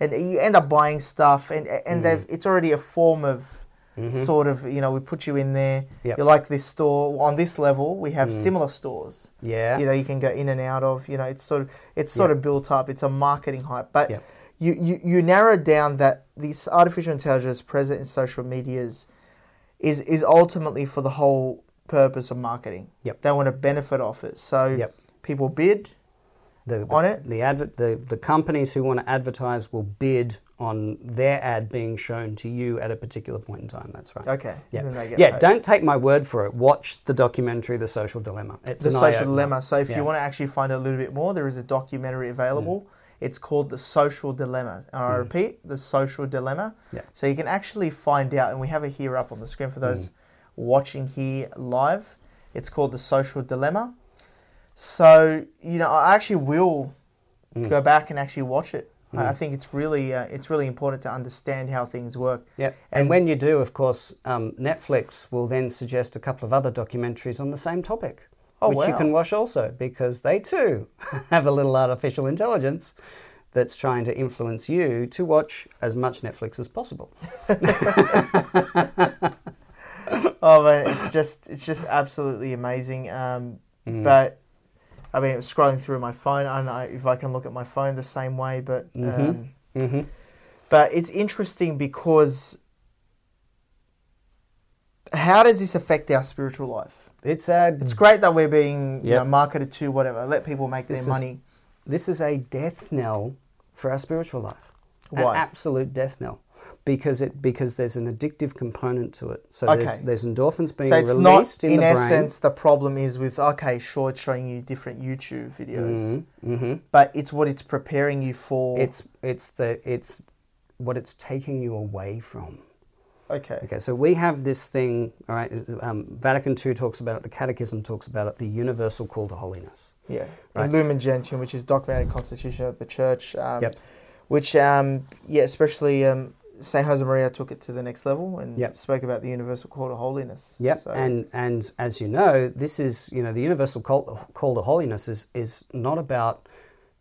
and you end up buying stuff and,
Mm-hmm.
and they've, it's already a form of sort of, you know, we put you in there.
Yep. Mm.
You like this store. On this level, we have similar stores
yeah.
you know you can go in and out of you know it's sort of it's sort of built up it's a marketing hype but
Yeah.
you, you you narrow down that this artificial intelligence present in social medias is is ultimately for the whole purpose of marketing
Yep.
they want to benefit off it so
Yep.
people bid
the,
on it?
The, adver- the the companies who want to advertise will bid on their ad being shown to you at a particular point in time. That's right.
okay
Yeah.
then they get
yeah.
paid.
Don't take my word for it. Watch the documentary, The Social Dilemma. It's
the
an
social
eye-opener.
dilemma so if
Yeah.
you want to actually find out a little bit more there is a documentary available it's called the social dilemma and i repeat the social dilemma
Mm. Yeah.
so you can actually find out and we have it here up on the screen for
Mm.
those watching here live it's called the social dilemma so you know i actually will
Mm.
go back and actually watch it I- i think it's really uh, it's really important to understand how things work
Yep. And, when you do, of course, um, Netflix will then suggest a couple of other documentaries on the same topic,
Oh,
which you
wow.
can watch also because they too have a little artificial intelligence that's trying to influence you to watch as much Netflix as possible.
Oh man, it's just it's just absolutely amazing. Um,
Mm.
But I mean, scrolling through my phone, I don't know if I can look at my phone the same way, but um,
hmm
but it's interesting because how does this affect our spiritual life?
It's a
It's great that we're being you
Mm. Yep.
know, marketed to whatever, let people make
This
their
is-
money.
this is a death knell for our spiritual life.
Why?
An absolute death knell. Because it because there's an addictive component to it. So
Okay.
there's, there's endorphins being
So it's
released
not, in,
in, the
essence, the problem is with okay, sure, it's showing you different YouTube videos,
brain. Mm-hmm.
but it's what it's preparing you for.
It's it's the it's what it's taking you away from.
okay.
Okay, so we have this thing. All right, um, Vatican II talks about it. The Catechism talks about it. The universal call to holiness.
Yeah,
Right.
and Lumen Gentium, which is dogmatic constitution of the church. Um,
Yep.
Which, um, yeah, especially um, Saint Josemaria took it to the next level and
Yep.
spoke about the universal call to holiness.
Yep.
So-
And and as you know, this is you know the universal call, call to holiness is is not about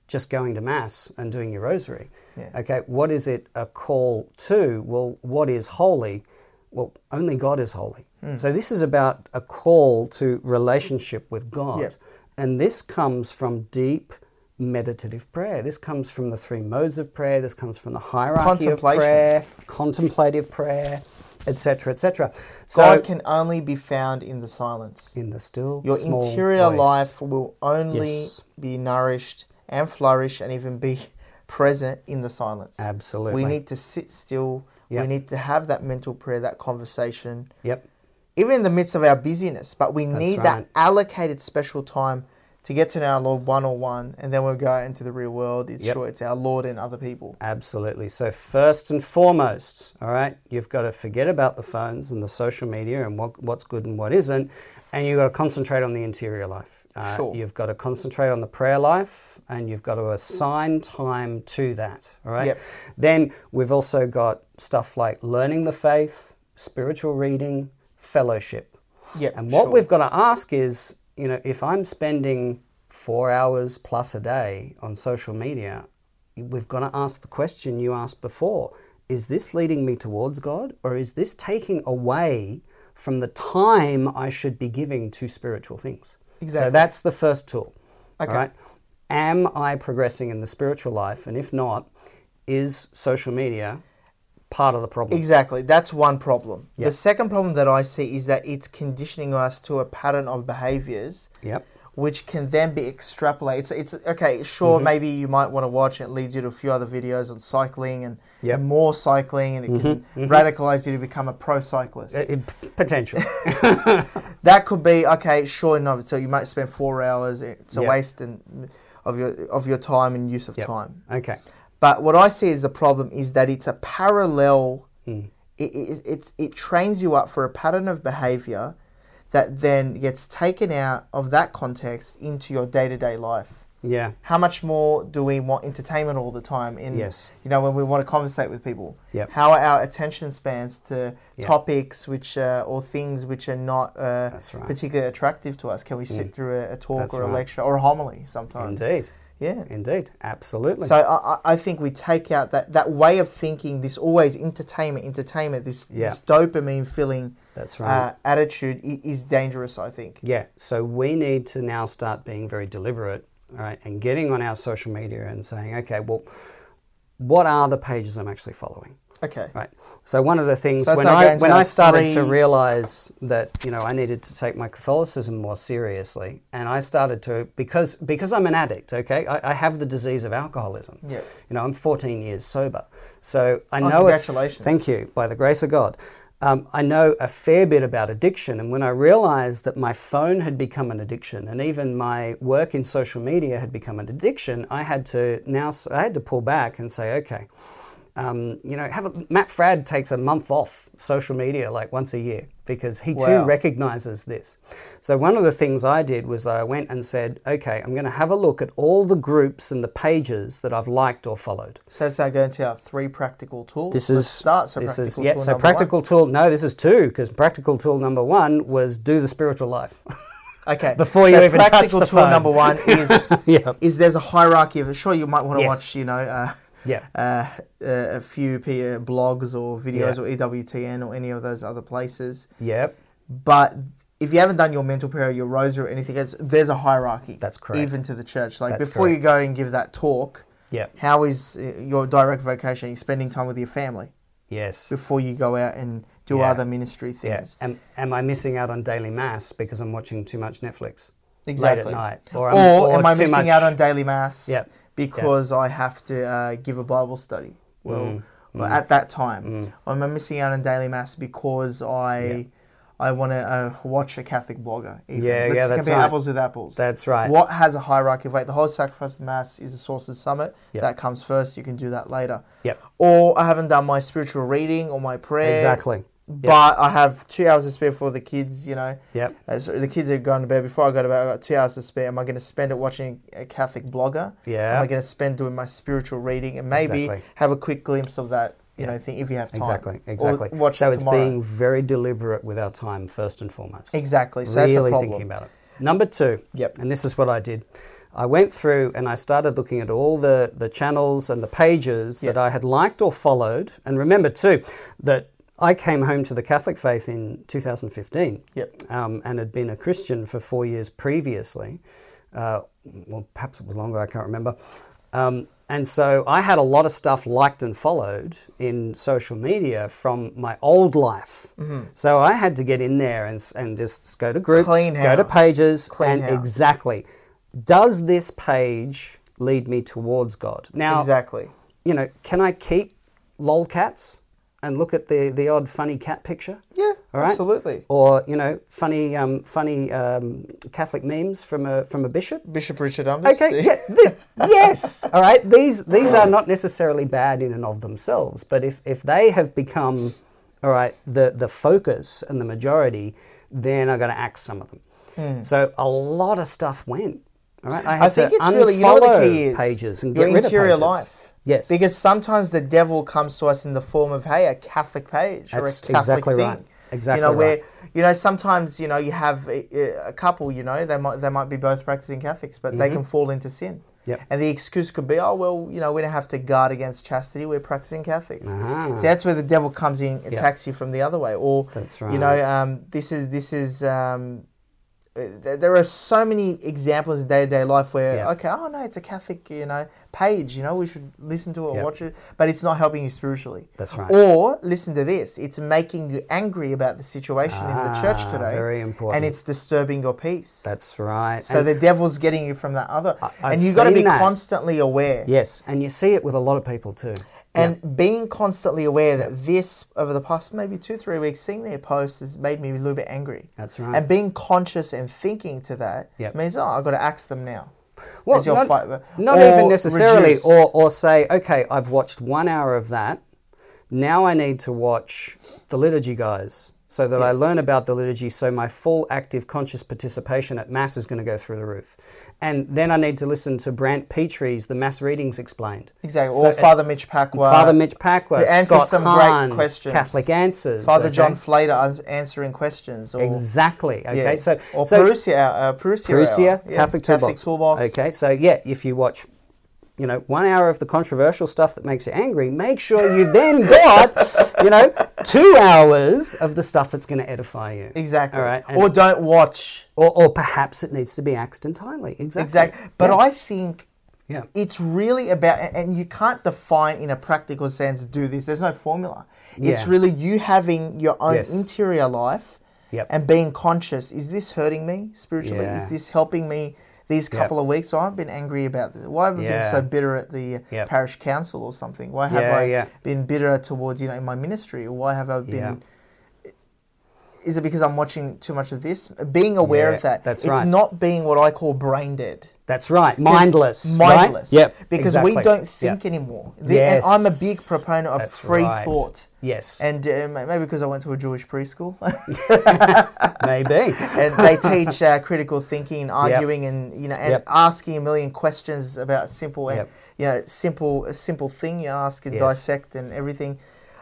just going to mass and doing your rosary.
Yeah.
Okay. What is it a call to? Well, what is holy? Well, only God is holy.
Hmm.
So this is about a call to relationship with God,
Yep.
and this comes from deep meditative prayer. This comes from the three modes of prayer. This comes from the hierarchy of
Contemplation.
prayer, contemplative prayer, etc., etc. So
God can only be found in the silence.
in the still
Your
small
interior
voice.
life will only
Yes.
be nourished and flourish and even be present in the silence.
absolutely
We need to sit still. We
Yep.
need to have that mental prayer, that conversation.
yep
even in the midst of our busyness, but we need that
right.
allocated special time to get to know our Lord one on one, and then we'll go into the real world. It's
Yep.
sure it's our Lord and other people.
absolutely so first and foremost all right you've got to forget about the phones and the social media and what, what's good and what isn't and you've got to concentrate on the interior life Uh,
Sure.
You've got to concentrate on the prayer life and you've got to assign time to that. All right.
Yep.
Then we've also got stuff like learning the faith, spiritual reading, fellowship.
Yep,
And what
sure.
we've got to ask is, you know, if I'm spending four hours plus a day on social media, we've got to ask the question you asked before is this leading me towards God or is this taking away from the time I should be giving to spiritual things?
Exactly.
So that's the first tool.
Okay.
Right? Am I progressing in the spiritual life? And if not, is social media part of the problem?
Exactly. That's one problem.
Yeah.
The second problem that I see is that it's conditioning us to a pattern of behaviors.
Yep.
Which can then be extrapolated. It's, it's okay, sure,
Mm-hmm.
maybe you might want to watch and it leads you to a few other videos on cycling and,
Yep. Mm-hmm.
and more cycling, and it can radicalize you to become a pro cyclist.
Uh, it- Potentially.
that could be okay. Sure enough, so you might spend four hours. It's a
Yeah.
waste and of your of your time and use of
Yep.
time.
Okay.
But what I see as a problem is that it's a parallel.
Hmm.
It, it, it's it trains you up for a pattern of behavior that then gets taken out of that context into your day to day life.
Yeah.
How much more do we want entertainment all the time? In
Yes.
you know when we want to conversate with people.
Yep.
How are our attention spans to
Yep.
topics which uh, or things which are not uh,
That's right. Mm.
particularly attractive to us? Can we sit through a, a talk
That's
or a
right.
lecture or a homily sometimes?
Indeed.
Yeah.
Indeed. Absolutely.
So I, I- I think we take out that, that way of thinking, this always entertainment, entertainment, this,
Yeah.
this dopamine filling
That's
uh,
right.
attitude i- is dangerous, I think.
yeah. So we need to now start being very deliberate, all right, and getting on our social media and saying, okay, well, what are the pages I'm actually following?
Okay.
Right. So one of the things
So it's
when
like
I
going to
when I
like
started to
three-
realize that you know I needed to take my Catholicism more seriously, and I started to because because I'm an addict. Okay, I, I have the disease of alcoholism.
Yeah.
You know, I'm 14 years sober, so I
Oh,
know. a f-
congratulations.
thank you. By the grace of God. Um, I know a fair bit about addiction, and when I realized that my phone had become an addiction, and even my work in social media had become an addiction, I had to now s- I had to pull back and say, okay, um, you know, have a, Matt Frad takes a month off social media like once a year because he
Wow.
too recognizes this. So one of the things I did was I went and said, okay, I'm going to have a look at all the groups and the pages that I've liked or followed.
So let's now go into our three practical tools.
This
Let's
is
start. So
this
practical
is yeah.
tool
So
number
practical tool. No, this is two because practical tool number one was do the spiritual life.
One. Okay.
Before
so
you even touch
practical
the
tool
phone.
number one is
Yeah.
is there's a hierarchy of sure you might want to
Yes.
watch you know uh,
Yeah.
uh, a few p- uh, blogs or videos
Yeah.
or E EWTN or any of those other places.
Yep.
But if you haven't done your mental prayer, your rosary, or anything else, there's a hierarchy.
That's correct.
Even to the church. Like
That's
before you
correct.
go and give that talk,
Yep.
how is uh, your direct vocation? You're spending time with your family
Yes.
before you go out and do
Yeah.
other ministry
Yes.
things.
Am, am I missing out on daily mass because I'm watching too much Netflix late
Exactly.
at night,
Or,
I'm-
am I
too
missing
much- Hmm,
out on daily mass
Yep.
because I have to uh, give a Bible study? Well,
Mm.
well, at that time, or am I missing out on daily mass because I I want to uh, watch a Catholic blogger? Even.
Yeah,
Let's
yeah, that's
compare
right.
apples with apples.
That's right.
What has a hierarchy of weight? The whole sacrifice of mass is the source of summit.
Yep.
That comes first. You can do that later.
Yep.
Or I haven't done my spiritual reading or my prayer.
Exactly. Yep.
But I have two hours to spare for the kids, you know.
Yep.
Uh, so the kids are going to bed before I go to bed. I got two hours to spare. Am I going to spend it watching a Catholic blogger?
Yeah.
Am I going to spend doing my spiritual reading and maybe
Exactly.
have a quick glimpse of that, you
Yeah.
know, thing if you have time.
Exactly,
Or
exactly.
watch
so
it
it's
tomorrow.
being very deliberate with our time first and foremost.
exactly. So
really
that's a problem.
thinking about it. Number two.
Yep.
And this is what I did. I went through and I started looking at all the, the channels and the pages
Yep.
that I had liked or followed. And remember too that I came home to the Catholic faith in 2015.
Yep.
Um, and had been a Christian for four years previously. Uh, well, perhaps it was longer. I can't remember. Um, and so I had a lot of stuff liked and followed in social media from my old life.
Mm-hmm.
So I had to get in there and, s- and just go to groups,
Clean
go to
house.
pages,
Clean
and
house.
exactly, does this page lead me towards God? Now,
Exactly.
you know, can I keep lolcats and look at the the odd funny cat picture?
Yeah,
all right,
absolutely.
Or you know, funny um, funny um, Catholic memes from a from a bishop.
Bishop Richard Umbers.
Okay, yeah, th- yes, all right. These these are not necessarily bad in and of themselves, but if if they have become all right the the focus and the majority, then I'm going to axe some of them. So a lot of stuff went. All right, I,
Hmm. I
had
think
to
it's really you know what the key
unfollow
is
pages and
your
get rid of
interior
pages.
life.
Yes,
Because sometimes the devil comes to us in the form of hey, a Catholic page
That's
or a Catholic
exactly
thing.
right. Exactly
You know where
right.
you know sometimes you know you have a, a couple. You know they might they might be both practicing Catholics, but they can fall into sin.
Mm-hmm. Yep.
And the excuse could be, oh well, you know we don't have to guard against chastity. We're practicing Catholics.
Ah.
So that's where the devil comes in, attacks you from the other way. Or
That's
You know um, this is this is. Um, th- there are so many examples in day to day life where
Yeah.
okay, oh no, it's a Catholic, you know, page. You know, we should listen to it,
Yeah.
watch it, but it's not helping you spiritually.
That's right.
Or listen to this; it's making you angry about the situation in the church
Ah,
today.
very important.
And it's disturbing your peace.
that's right.
so
And-
the devil's getting you from that other,
I've
and you've got to
seen
be
that.
constantly aware.
yes, and you see it with a lot of people too.
And being constantly aware that this, over the past maybe two, three weeks, seeing their posts has made me a little bit angry.
That's right.
And being conscious and thinking to that
Yep.
means, oh, I've got to axe them now.
Well,
As your
not,
fight-
not
or
even necessarily,
reduce.
or, or say, okay, I've watched one hour of that. Now I need to watch the liturgy guys so that I learn about the liturgy so my full active conscious participation at Mass is going to go through the roof. And then I need to listen to Brant Petrie's The Mass Readings Explained.
Exactly.
So
or
it-
Father Mitch Pacwa.
Father Mitch Pacwa,
who answers
Scott
some great
Hahn,
questions.
Catholic Answers.
Father
okay?
John Flater ans- answering questions. Or,
Exactly. Okay,
yeah.
so,
or
so
Perusia, uh, Perusia,
Perusia,
Hour. Yeah,
Catholic,
Catholic
toolbox.
Toolbox.
Okay, so yeah, if you watch, you know, one hour of the controversial stuff that makes you angry, make sure you then got, you know, two hours of the stuff that's going to edify you.
Exactly.
All right. and-
or don't watch.
or, or perhaps it needs to be axed entirely. Exactly.
Exactly. But
Yeah.
I think
Yeah.
it's really about, a- and you can't define in a practical sense, do this. There's no formula. It's
Yeah.
really you having your own
Yes.
interior life
Yep.
and being conscious. Is this hurting me spiritually?
Yeah.
Is this helping me these
Yep.
couple of weeks? Why have I been angry about this? Why have I been
Yeah.
so bitter at the
Yep.
parish council or something? Why have
Yeah,
I
yeah.
been bitter towards, you know, in my ministry? Or why have I been.
Yeah.
Is it because I'm watching too much of this? Being aware
Yeah,
of that.
that's
it's
right.
not being what I call brain dead.
That's right.
Because-
Mindless. right?
Mindless.
Yep.
Because we
exactly.
don't
Yeah.
think anymore. The- And I'm a big
Yes,
proponent of
that's
free
right.
thought.
Yes.
And uh, ma- maybe because I went to a Jewish preschool,
Maybe.
and they teach uh, critical thinking, arguing, and you know, and
Yep.
asking a million questions about simple, and
Yep.
you know, simple, a simple thing you ask and
Yes.
dissect and everything.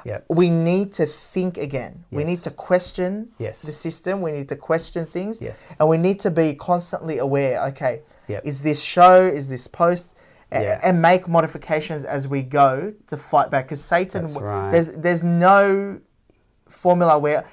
Yep.
We need to think again. We need
Yes.
to question
Yes.
the system. We need to question things.
Yes.
And we need to be constantly aware okay,
Yep.
is this show, is this post? A-
Yeah.
And make modifications as we go to fight back. Because Satan,
That's right.
there's, there's no formula where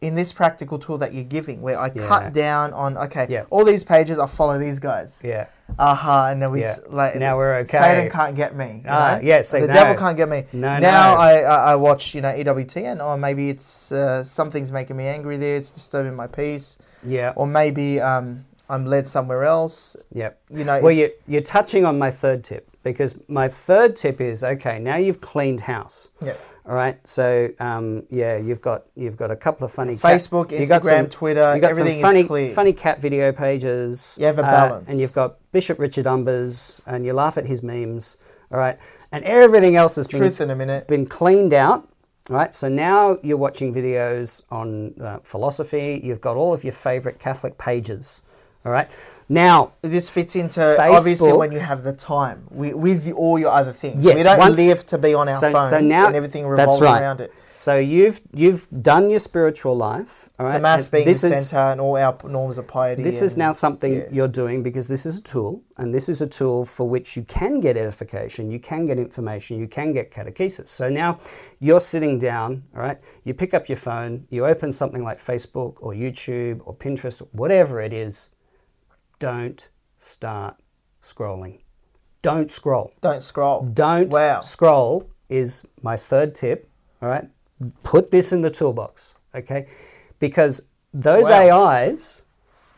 in this practical tool that you're giving, where I
Yeah.
cut down on, okay,
Yeah.
all these pages, I follow these guys.
Yeah.
Aha, and then we
Yeah.
s like
Now we're okay.
Satan can't get me. you
Ah,
know?
yes, see,
the
no.
devil can't get me.
No,
now
no.
I, I I watch you know E EWTN, or oh, maybe it's uh, something's making me angry there. It's disturbing my peace,
Yeah.
or maybe um, I'm led somewhere else.
Yep.
You know,
Well, you,
Uh, it's-
you're touching on my third tip because my third tip is okay. Now you've cleaned house.
Yeah.
All right. So um, yeah, you've got you've got a couple of funny
Facebook,
you got
Instagram, Twitter,
you got
everything is
some funny
clear.
funny cat video pages.
You have a
uh,
balance.
and you've got Bishop Richard Umbers, and you laugh at his memes. All right, and everything else has been
Truth in a minute.
been cleaned out. All right, so now you're watching videos on uh, philosophy. You've got all of your favorite Catholic pages. All right, now
This fits into obviously
Facebook.
when you have the time we, with the, all your other things.
Yes,
we don't
once-
live to be on our phones and everything revolves
that's right.
around it.
So you've you've done your spiritual life, all right?
The mass
and
being
this
the
is,
center and all our p- norms of piety.
This is
and-
now something
yeah.
you're doing because this is a tool, and this is a tool for which you can get edification, you can get information, you can get catechesis. So now you're sitting down, all right? You pick up your phone, you open something like Facebook or YouTube or Pinterest, whatever it is. Don't start scrolling. Don't scroll.
Don't scroll.
Don't
Wow.
scroll is my third tip. All right. Put this in the toolbox. Okay. Because those
Wow.
AIs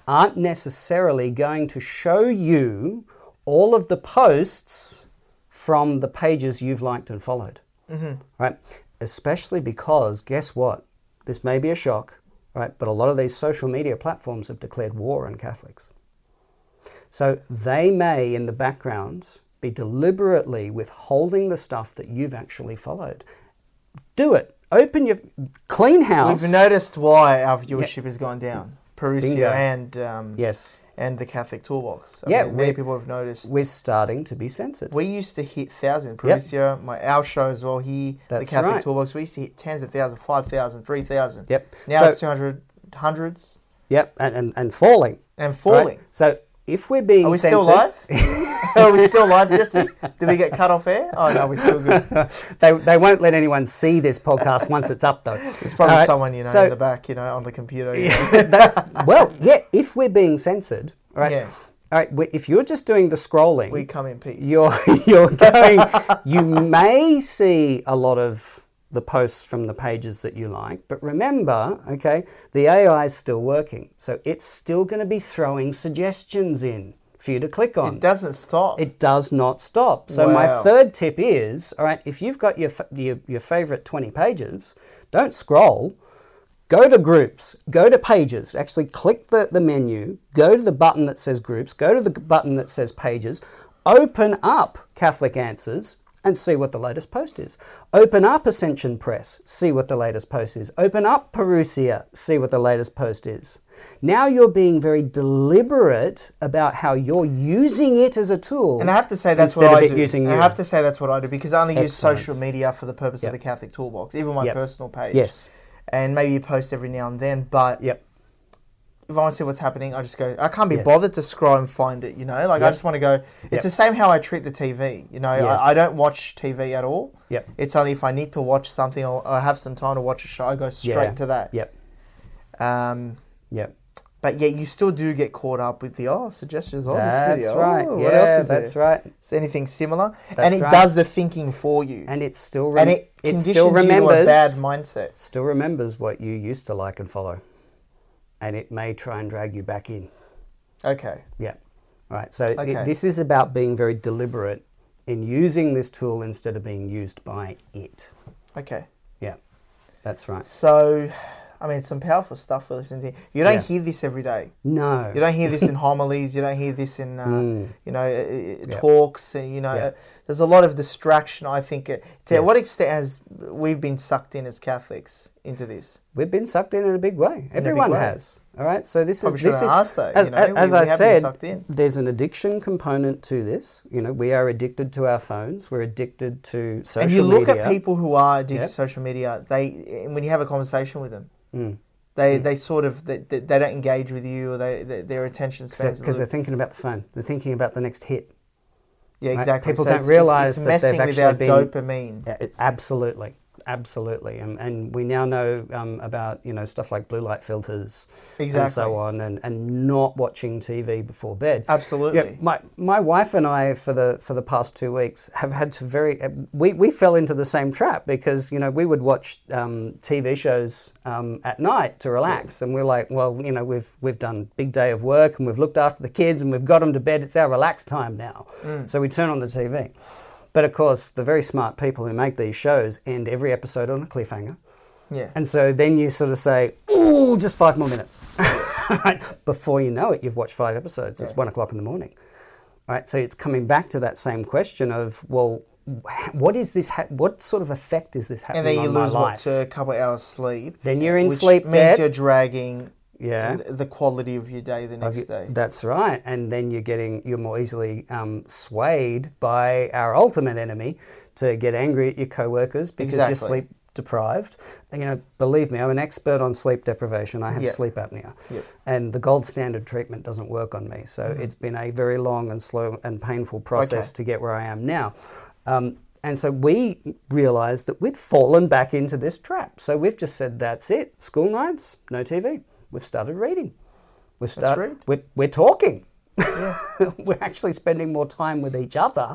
aren't necessarily going to show you all of the posts from the pages you've liked and followed.
Mm-hmm.
Right. Especially because guess what? This may be a shock, right? But a lot of these social media platforms have declared war on Catholics. So they may, in the background, be deliberately withholding the stuff that you've actually followed. Do it. Open your clean house.
We've noticed why our viewership has gone down. Perusia
Bingo.
and um,
Yes.
and the Catholic Toolbox. I
Yeah,
mean, many
we-
people have noticed.
We're starting to be censored.
we used to hit thousand. Perusia, my our show as well here,
That's
the Catholic
right.
Toolbox. We used to hit tens of thousands, five thousand, three thousand.
Yep.
Now
So-
it's two hundred, hundreds,
Yep. And, and, and falling.
and
right?
falling.
So if we're being
Are we
censored,
still live? Are we still live, Jesse? Did we get cut off air? Oh no, we're still good.
they, they won't let anyone see this podcast once it's up, though.
It's probably
All right,
someone you know
so-
in the back, you know, on the computer. you know.
that- well, yeah, if we're being censored, all right,
Yeah.
all right, we- if you're just doing the scrolling,
We come in peace.
you're you're going. you may see a lot of the posts from the pages that you like, but remember, okay, the AI is still working, so it's still going to be throwing suggestions in for you to click on.
it doesn't stop.
It does not stop. So my
Wow.
third tip is, all right, if you've got your f- your, your favorite 20 pages, don't scroll. Go to groups, go to pages, actually click the, the menu, go to the button that says groups, go to the button that says pages, open up Catholic Answers and see what the latest post is. Open up Ascension Press, see what the latest post is. Open up Perusia, see what the latest post is. Now you're being very deliberate about how you're using it as a tool.
And I have to say that's
instead
what
of
I
it
do.
using
I
you.
have to say that's what I do because I only use
Excellent.
social media for the purpose
Yep.
of the Catholic Toolbox, even my
Yep.
personal page.
Yes.
And maybe you post every now and then, but
Yep.
if I want to see what's happening, I just go. I can't be
Yes.
bothered to scroll and find it. You know, like I
Yep.
just want to go. It's
Yep.
the same how I treat the TV. You know,
Yes.
I, I don't watch TV at all.
Yep.
It's only if I need to watch something or, or have some time to watch a show, I go straight
Yeah.
to that.
Yep.
Um,
Yep.
but yeah, you still do get caught up with the oh suggestions. Oh, this
that's
video.
right.
Oh,
yeah,
what else is
that's
there?
right.
Is anything similar? and
That's
it
right.
does the thinking for you.
And it still rem-
and it,
it
conditions
still remembers
you to a bad mindset.
still remembers what you used to like and follow, and it may try and drag you back in.
Okay.
Yeah. All right. So it-
Okay.
this is about being very deliberate in using this tool instead of being used by it.
Okay.
Yeah. That's right.
So, I mean, some powerful stuff we're listening to. You don't
Yeah.
hear this every day.
No.
You don't hear this in homilies. You don't hear this in, uh, you know, uh, uh, talks. And, you know,
Mm. Yeah.
uh, there's a lot of distraction. I think. Uh, to
Yes.
what extent has we've been sucked in as Catholics into this?
we've been sucked in in a big way. Everyone
way.
has. All right. So this
Probably
is this
shouldn't
is
have asked that,
as,
you know,
as-
we-
as
we
I
have been sucked
said.
in.
There's an addiction component to this. You know, we are addicted to our phones. We're addicted to social
and you look
media.
at people who are addicted
Yep.
to social media. They and when you have a conversation with them,
Mm.
they they sort of they, they, they don't engage with you or they, they their attention spans
because
a little-
they're thinking about the phone. They're thinking about the next hit.
Yeah,
Right?
exactly.
People
So
don't
it's-
realise
it's, it's
that they've
messing with our
actually
dopamine.
A- Absolutely, absolutely, and, and we now know um, about you know stuff like blue light filters and
Exactly.
so on, and, and not watching TV before bed.
Absolutely.
Yeah, my my wife and I for the for the past two weeks have had to very uh, we we fell into the same trap because you know we would watch um, TV shows um, at night to relax, and we're like, well, you know, we've we've done big day of work and we've looked after the kids and we've got them to bed. It's our relax time now, so we turn on the TV. But of course, the very smart people who make these shows end every episode on a cliffhanger.
Yeah.
And so then you sort of say, ooh, just five more minutes. right? Before you know it, you've watched five episodes. It's one o'clock in the morning. Right? So it's coming back to that same question of, well, wh- what is this? Ha- what sort of effect is this having
and then
on
you
my
lose what
life?
to a couple of hours sleep.
Then you're in
which
sleep
means
debt.
you're dragging
Yeah.
th- the quality of your day the next day.
That's right. And then you're getting you're more easily um, swayed by our ultimate enemy to get angry at your coworkers because
Exactly.
you're sleep deprived. You know, believe me, I'm an expert on sleep deprivation. I have
Yeah.
sleep apnea,
Yep. Mm-hmm.
and the gold standard treatment doesn't work on me. So it's been a very long and slow and painful process
Okay.
to get where I am now. Um, and so we realized that we'd fallen back into this trap. So we've just said, that's it. School nights, no TV. We've started reading. We've
That's
started.
rude.
We're, we're talking. we're actually spending more time with each other.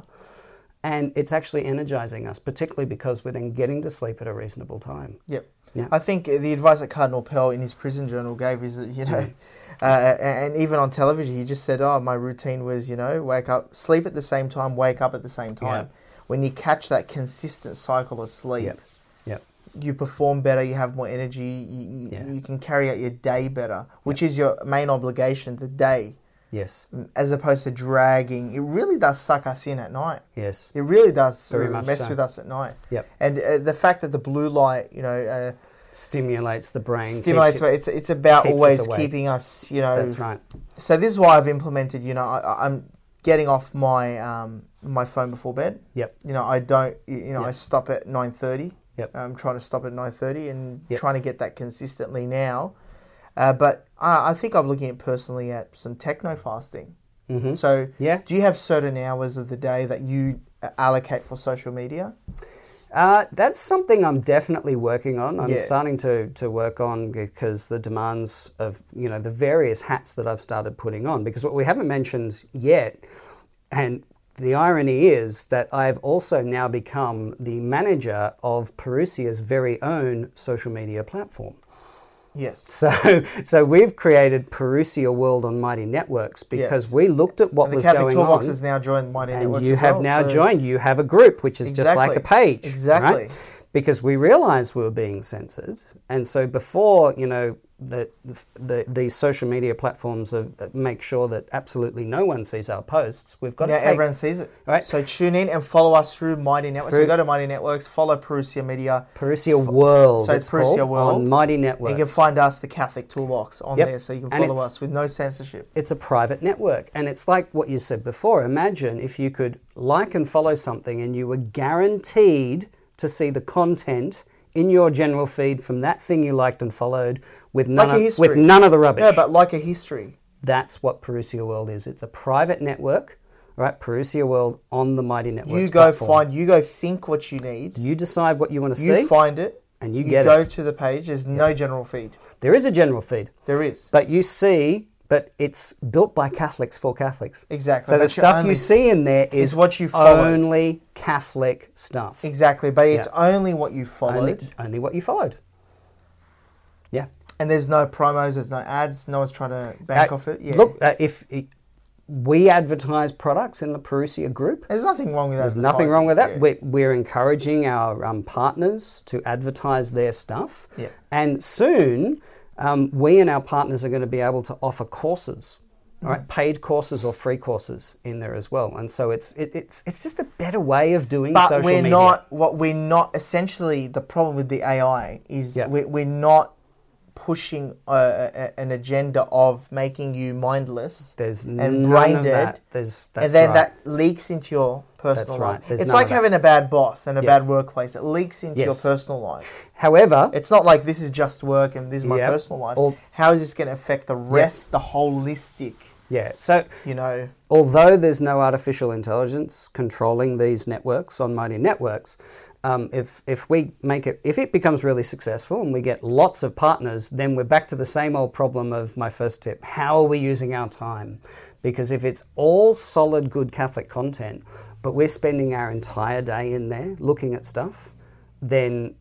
And it's actually energizing us, particularly because we're then getting to sleep at a reasonable time.
Yep.
Yeah.
I think the advice that Cardinal Pell in his prison journal gave is that, you know, uh, and even on television, he just said, oh, my routine was, you know, wake up, sleep at the same time, wake up at the same time. When you catch that consistent cycle of sleep,
Yep. Yep.
you perform better, you have more energy, you, you,
Yeah.
you can carry out your day better, which is your main obligation, the day,
Yes.
as opposed to dragging. It really does suck us in at night.
Yes.
It really does
Very
uh,
much
mess
so.
with us at night.
Yep.
And uh, the fact that the blue light, you know, uh,
stimulates the brain. keeps
stimulates,
it-
but it's it's about
keeps us
always
awake.
keeping us, you know.
That's right.
So this is why I've implemented. You know, I- I, I'm getting off my um, my phone before bed.
Yep.
You know, I don't. You you know, I
Yep.
stop at nine thirty.
Yep.
I'm trying to stop at nine thirty and
Yep.
trying to get that consistently now. Uh, but I, I think I'm looking at personally at some techno fasting.
hmm
So
Yeah.
do you have certain hours of the day that you uh, allocate for social media?
Uh, that's something I'm definitely working on. I'm
Yeah.
starting to, to work on because the demands of you know the various hats that I've started putting on. Because what we haven't mentioned yet, and the irony is that I've also now become the manager of Perusia's very own social media platform.
Yes.
So, so we've created Perusia World on Mighty Networks because
Yes.
we looked at what
And the
was
Catholic
going
Toolbox
on
has now joined my
and you have now joined. You have a group, which is just like a
Exactly.
page, right?
Exactly.
Because we realised we were being censored, and so before you know the the these social media platforms of, make sure that absolutely no one sees our posts. We've got
Now
to take
everyone sees it.
Right.
So tune in and follow us through Mighty Networks. So
Through-
go to Mighty Networks, follow Perusia Media.
Perusia World.
So it's Perusia
called,
World.
on Mighty
And
Network.
you can find us, the Catholic Toolbox, on
Yep.
there so you can
And
follow
it's-
us with no censorship.
it's a private network. And it's like what you said before. Imagine if you could like and follow something and you were guaranteed to see the content in your general feed from that thing you liked and followed with none,
Like a
of,
history.
with none of the rubbish.
No, but like a history.
That's what Perusia World is. It's a private network, right? Perusia World on the Mighty Network.
you go find, you go think what you need.
You decide what you want to
You
see.
find it.
and you get
go
it.
to the page. There's no general feed.
there is a general feed,
There is.
but you see, but it's built by Catholics for Catholics.
Exactly.
So the
That's your
stuff
only-
you see in there is,
is what you followed.
only Catholic stuff.
Exactly. But it's only what you followed.
Only, only what you followed. Yeah.
And there's no promos, there's no ads, no one's trying to bank
Uh,
off it. Yeah.
Look, uh, if it, we advertise products in the Perusia group,
there's nothing wrong with that.
there's nothing wrong with that. We're, we're encouraging our um, partners to advertise their stuff.
Yeah.
And soon, um, we and our partners are going to be able to offer courses.
Mm-hmm.
All right, paid courses or free courses in there as well, and so it's it, it's it's just a better way of doing
but
social
we're
media.
not what we're not essentially the problem with the AI is
Yeah.
we're, we're not pushing a, a, an agenda of making you mindless
There's
and
none
brain
of
dead
that. There's that's
and then
right.
that leaks into your personal
right.
life
There's
it's
none
like
of that.
having a bad boss and a
Yeah.
bad workplace it leaks into your
Yes.
personal life
However,
it's not like this is just work and this is my
Yep.
personal life
All-
how is this going to affect the rest the holistic
yeah. So
you know
although there's no artificial intelligence controlling these networks on mighty networks, um, if if we make it if it becomes really successful and we get lots of partners, then we're back to the same old problem of my first tip: how are we using our time? Because if it's all solid, good Catholic content, but we're spending our entire day in there looking at stuff, then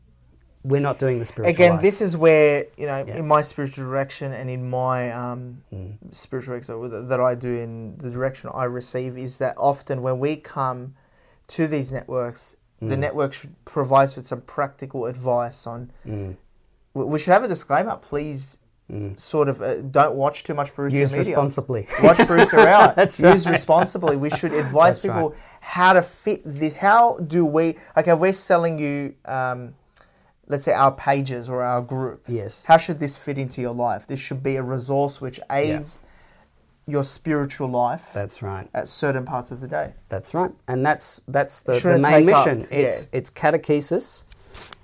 we're not doing the spiritual
again
life.
this is where you know in my spiritual direction and in my um,
Mm.
spiritual exo that- that i do in the direction i receive is that often when we come to these networks
Mm.
the network should provide us with some practical advice on
Mm.
we, we should have a disclaimer please sort of uh, don't watch too much Perusian
Use
media
responsibly.
watch Perusia out
That's
use
right.
responsibly we should advise
That's
people how to fit the how do we okay we're selling you um, let's say our pages or our group
Yes.
how should this fit into your life this should be a resource which aids your spiritual life
That's right.
at certain parts of the day
That's right, and that's that's the, the
Shouldn't
main
take up,
mission. It's it's catechesis,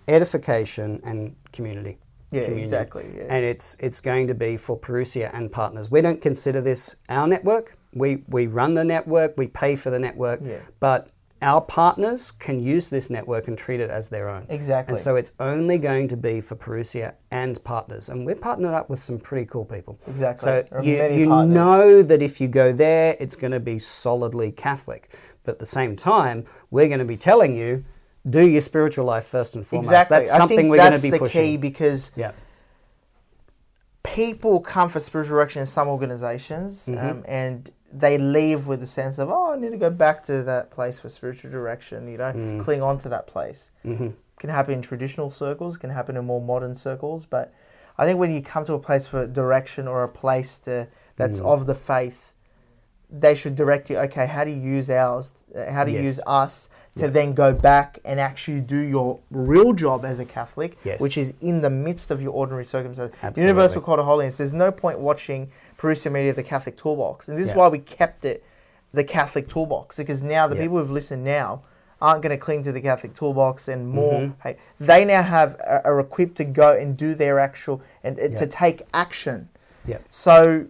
edification, and community.
Yeah,
Communion.
exactly, yeah.
And it's it's going to be for Perusia and partners. We don't consider this our network. We we run the network. We pay for the network.
Yeah.
But our partners can use this network and treat it as their own.
Exactly.
And so it's only going to be for Perusia and partners. And we're partnered up with some pretty cool people.
Exactly.
So
There are
you,
many
you
partners.
know know that if you go there, it's going to be solidly Catholic. But at the same time, we're going to be telling you, do your spiritual life first and foremost.
exactly
That's something
I think
we're
that's
going to be
the
pushing.
key because
Yeah.
people come for spiritual direction in some organizations
Mm-hmm.
um, and they leave with the sense of oh i need to go back to that place for spiritual direction you know
Mm.
cling on to that place mm-hmm. can happen in traditional circles can happen in more modern circles but
Mm.
i think when you come to a place for direction or a place to that's of the faith they should direct you. Okay, how to use ours? uh, How to
Yes.
use us to then go back and actually do your real job as a Catholic,
Yes.
which is in the midst of your ordinary circumstances.
Absolutely.
Universal Code of Holiness. There's no point watching Parousia Media, the Catholic Toolbox, and this is
Yeah.
why we kept it the Catholic Toolbox because now the
Yeah.
people who've listened now aren't going to cling to the Catholic Toolbox and more.
Mm-hmm.
Hey, they now have are, are equipped to go and do their actual and, and to
Yeah.
take action.
Yeah.
So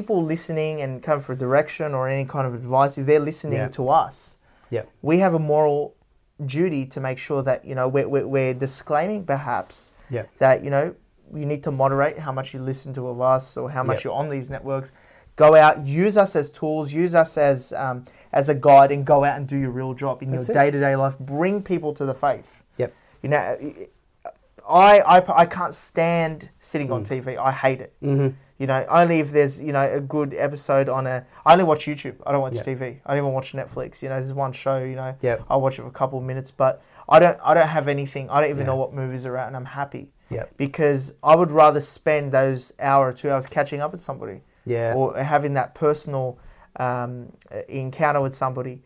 people listening and come for direction or any kind of advice, if they're listening
Yeah.
to us,
Yeah.
we have a moral duty to make sure that you know we're, we're, we're disclaiming perhaps
Yeah.
that you know you need to moderate how much you listen to of us or how much
Yep.
you're on these networks. Go out, use us as tools, use us as um, as a guide, and go out and do your real job in
That's
your
it.
day to day life. Bring people to the faith.
Yep.
You know, I I, I can't stand sitting
Mm.
on TV. I hate it.
Mm-hmm.
You know, only if there's you know a good episode on a. I only watch YouTube. I don't watch
Yeah.
TV. I don't even watch Netflix. You know, there's one show. You know,
Yep.
I watch it for a couple of minutes, but I don't. I don't have anything. I don't even
Yeah.
know what movies are out, and I'm happy
Yep.
because I would rather spend those hour or two hours catching up with somebody
Yeah.
or having that personal um, uh, encounter with somebody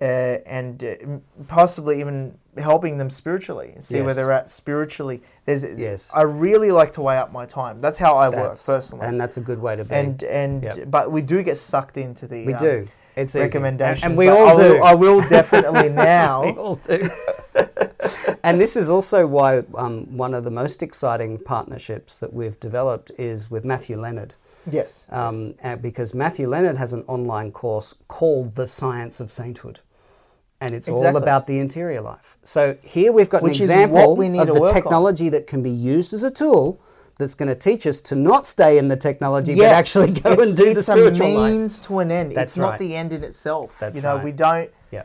uh, and uh, m- possibly even helping them spiritually and see where
Yes.
they're at spiritually. There's,
Yes.
I really like to weigh up my time. That's how I
That's-
work personally.
And that's a good way to be.
and and
Yep.
but we do get sucked into the
we
um,
do. It's easy.
recommendations.
And, and we
but
all
I will,
do.
I will definitely
We
now.
all do. and this is also why um, one of the most exciting partnerships that we've developed is with Matthew Leonard.
Yes.
Um, and because Matthew Leonard has an online course called The Science of Sainthood. And it's all
Exactly.
about the interior life. So here we've got
Which
an
is what
example
we need
of
to
the
work on.
technology that can be used as a tool that's going to teach us to not stay in the technology,
Yes,
but actually go
it's,
and do the
it's
spiritual
a
life.
means to an end.
That's
it's not
right.
the end in itself.
That's
you know,
right.
we don't.
Yeah.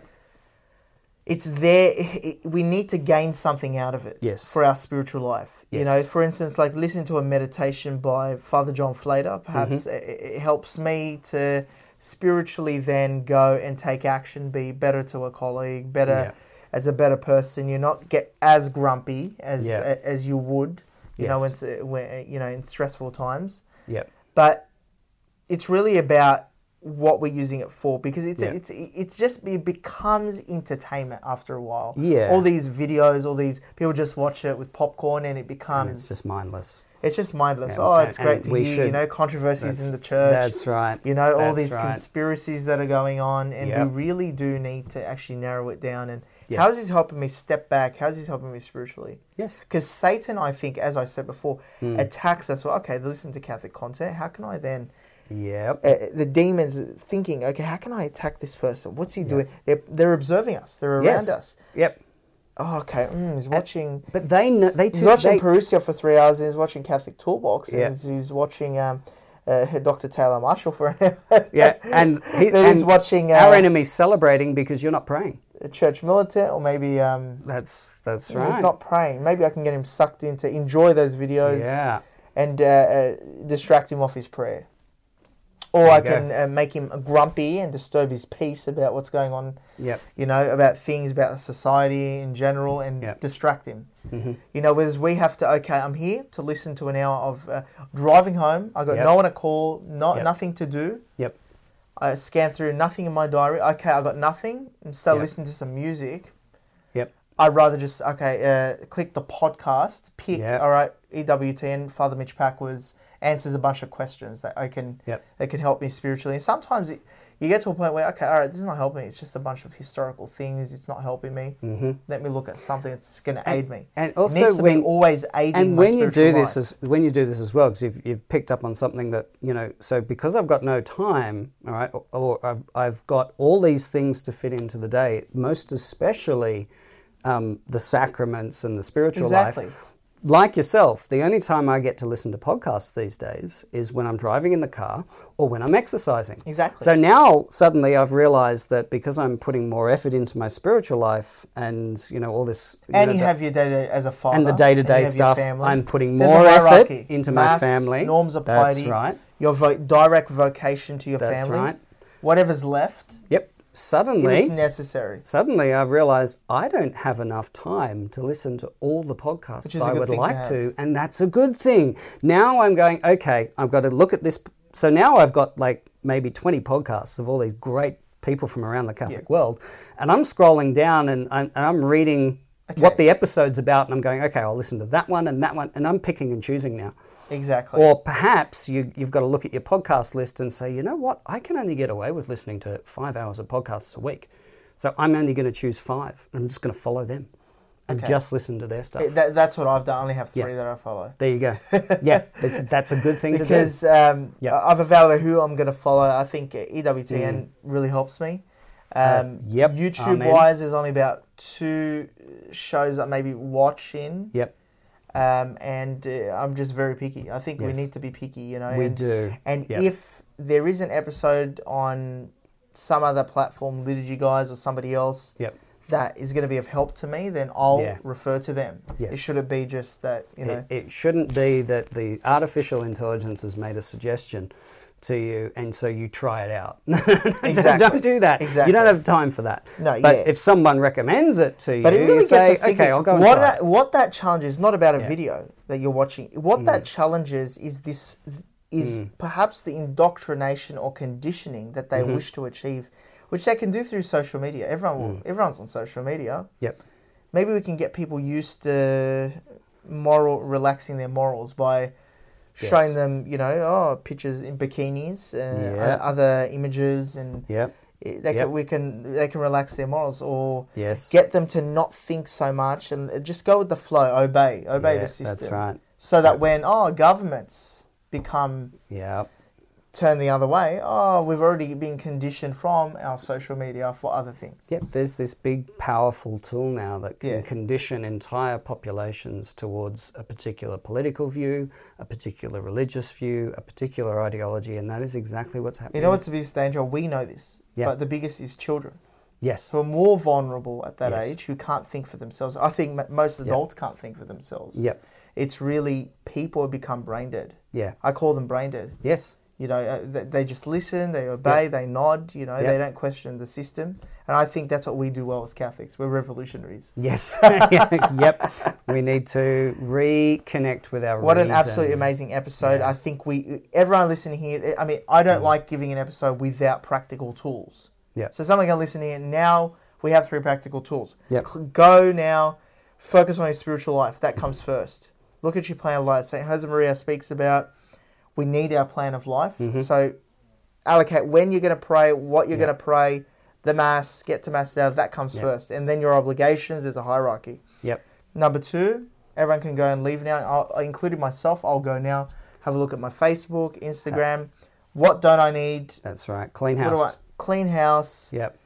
It's there. It, we need to gain something out of it.
Yes.
For our spiritual life, you
Yes.
know, for instance, like listening to a meditation by Father John Flater,
Mm-hmm.
perhaps it, it helps me to spiritually then go and take action, be better to a colleague, better
Yeah.
as a better person. You're not get as grumpy as
Yeah.
a- as you would, you know, when,
Yes.
s- when you know in stressful times
Yeah.
but it's really about what we're using it for because it's
Yeah.
it's it's just it becomes entertainment after a while.
Yeah.
All these videos, all these people just watch it with popcorn, and it becomes
And it's just mindless.
mindless.
and-
oh, it's
and-
great
and
to
we
hear. you
should-
know, controversies in the church.
That's right.
You know, all
That's
these
right.
conspiracies that are going on, and
Yep.
we really do need to actually narrow it down. And how
Yes.
is this helping me step back? How is this helping me spiritually?
Yes.
Because Satan, I think, as I said before,
Hmm.
attacks us. Well, okay, they listen to Catholic content. How can I then
Yep.
uh, the demons thinking, okay, how can I attack this person? What's he doing? They're, they're observing us. They're around
Yes.
us.
Yep.
Oh, okay. Mm, he's watching.
But they know, they
He's
too,
watching
they,
Perusia for three hours. And he's watching Catholic Toolbox. And
Yeah.
he's, he's watching um, uh, Dr. Taylor Marshall for an
yeah, and, he,
Then he's
and
watching, uh,
our enemies celebrating because you're not praying.
a church militant, or maybe um,
That's that's
he's not praying. Maybe I can get him sucked in to enjoy those videos
Yeah,
and uh, uh, distract him off his prayer. Or I
you go.
can uh, make him grumpy and disturb his peace about what's going on
yep,
you know, about things, about society in general, and
Yep.
distract him. You know, whereas we have to, okay, I'm here to listen to an hour of uh, driving home. I got
Yep.
no one to call, not
Yep.
nothing to do.
yep,
I scan through nothing in my diary. Okay, I got nothing. Instead of
Yep.
listening to some music,
yep,
I'd rather just okay, uh, click the podcast, pick
Yep.
all right, E EWTN. Father Mitch Pack was answers a bunch of questions that I can
Yep.
that can help me spiritually. And sometimes it, you get to a point where okay, all right, this is not helping me. It's just a bunch of historical things. It's not helping me. Mm-hmm. Let me look at something that's going to aid me.
and
It
also
needs to be
when-
always aiding.
and
my
when you do
spiritual
this
life.
as when you do this as well, because you've, you've picked up on something that you know. So because I've got no time, all right, or, or I've, I've got all these things to fit into the day, most especially um, the sacraments and the spiritual
Exactly.
life. Like yourself, the only time I get to listen to podcasts these days is when I'm driving in the car or when I'm exercising.
Exactly.
So now suddenly I've realized that because I'm putting more effort into my spiritual life and you know all this you
and
know,
you
the-
have your day as a father
and the
you
day-to-day
have your
stuff,
family.
I'm putting
There's a
more effort
hierarchy.
into my
Mass,
family.
Norms of
That's
piety.
right.
Your vo- direct vocation to your
That's
family.
right.
Whatever's left,
yep.
if it's
Suddenly
necessary.
suddenly I've realized I don't have enough time to listen to all the podcasts
is a
I
good
would
thing to
like
have.
to, and that's a good thing. Now I'm going, okay, I've got to look at this so now I've got like maybe 20 podcasts of all these great people from around the Catholic world. And I'm scrolling down and I'm, and I'm reading what the episode's about, and I'm going, okay, I'll listen to that one and that one, and I'm picking and choosing now.
Exactly.
Or perhaps you, you've got to look at your podcast list and say, you know what, I can only get away with listening to five hours of podcasts a week. So I'm only going to choose five. and I'm just going to follow them and just listen to their stuff.
Th- that, that's what I've done. I only have three
Yeah.
that I follow.
there you go. Yeah, it's, that's a good thing to
Because um,
Yeah. Mm.
I- I've evaluated who I'm going to follow. I think uh, EWTN really helps me. Um,
Uh, yep,
YouTube
amen.
wise, there's only about two uh, shows I maybe watch in.
do. Yep,
um, and uh, I'm just very picky. I think we
Yes.
need to be picky, you know.
we
and,
do.
And
Yep.
if there is an episode on some other platform, liturgy guys or somebody else,
Yep.
that is going to be of help to me, then I'll
Yeah.
refer to them.
Yes.
It shouldn't be just that, you know.
It, it shouldn't be that the artificial intelligence has made a suggestion to you and so you try it out. Don't-
Exactly.
don't do that. You
Exactly.
don't have time for that.
No,
but
yeah.
if someone recommends it to you,
but it really
you
gets
say,
us thinking,
okay, I'll go and
what
try it."
that, what that challenges, not about a
Yeah. Mm.
video that you're watching. What that challenges is this is perhaps the indoctrination or conditioning that they
Mm-hmm.
wish to achieve, which they can do through social media. Everyone will,
Mm.
everyone's on social media.
Yep.
maybe we can get people used to moral relaxing their morals by showing
Yes.
them you know oh pictures in bikinis uh,
Yeah.
o- other images and
Yep.
i- they
Yep.
can, we can they can relax their morals or
Yes.
get them to not think so much and uh, just go with the flow obey obey
Yeah,
the system
That's right.
so that when oh governments become
Yeah.
turn the other way oh we've already been conditioned from our social media for other things
Yep. There's this big, powerful tool now that can
Yeah.
condition entire populations towards a particular political view, a particular religious view, a particular ideology, and that is exactly what's happening.
you know what's the biggest danger we know this
Yeah.
but the biggest is children
Yes.
who are more vulnerable at that
Yes.
age who can't think for themselves. I think m- most adults can't think for themselves.
Yep.
It's really people who become brain dead.
Yeah.
I call them brain dead.
Yes.
You know, uh, they, they just listen, they obey, they nod, you know,
Yep.
they don't question the system. And I think that's what we do well as Catholics. We're revolutionaries.
Yes. yep. We need to reconnect with our.
What an
reason.
absolutely amazing episode. I think we, everyone listening here, I mean, I
Mm.
don't like giving an episode without practical tools.
Yeah.
So someone can listen here. Now we have three practical tools.
Yep.
C- Go now, focus on your spiritual life. That comes first. Look at your plan of life. St. Jose Maria speaks about we need our plan of life.
Mm-hmm.
So allocate when you're going to pray, what you're going to pray, the Mass, get to Mass now. That comes
Yep.
first. And then your obligations, there's a hierarchy.
Yep.
Number two, everyone can go and leave now. I'll, I included myself. I'll go now. Have a look at my Facebook, Instagram. What don't I need?
That's right. Clean
What
house.
do I clean house?
Yep.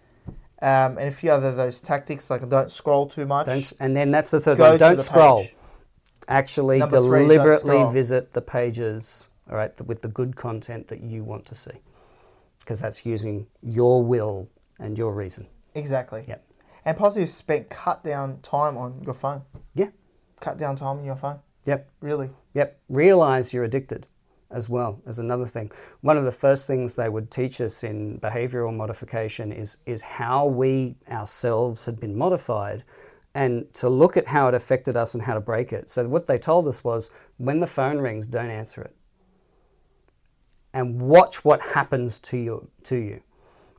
Um, and a few other those tactics like don't scroll too much.
Don't. And then that's the third
Go
one.
to
Don't
the
scroll.
page.
Actually,
Number three, don't
deliberately
scroll.
visit the pages. All right, th- with the good content that you want to see, because that's using your will and your reason.
Exactly.
Yep.
And possibly spend cut down time on your phone.
Yeah.
Cut down time on your phone.
Yep.
Really.
Yep. Realize you're addicted as well as another thing. One of the first things they would teach us in behavioral modification is, is how we ourselves had been modified and to look at how it affected us and how to break it. So, what they told us was when the phone rings, don't answer it and watch what happens to you to you.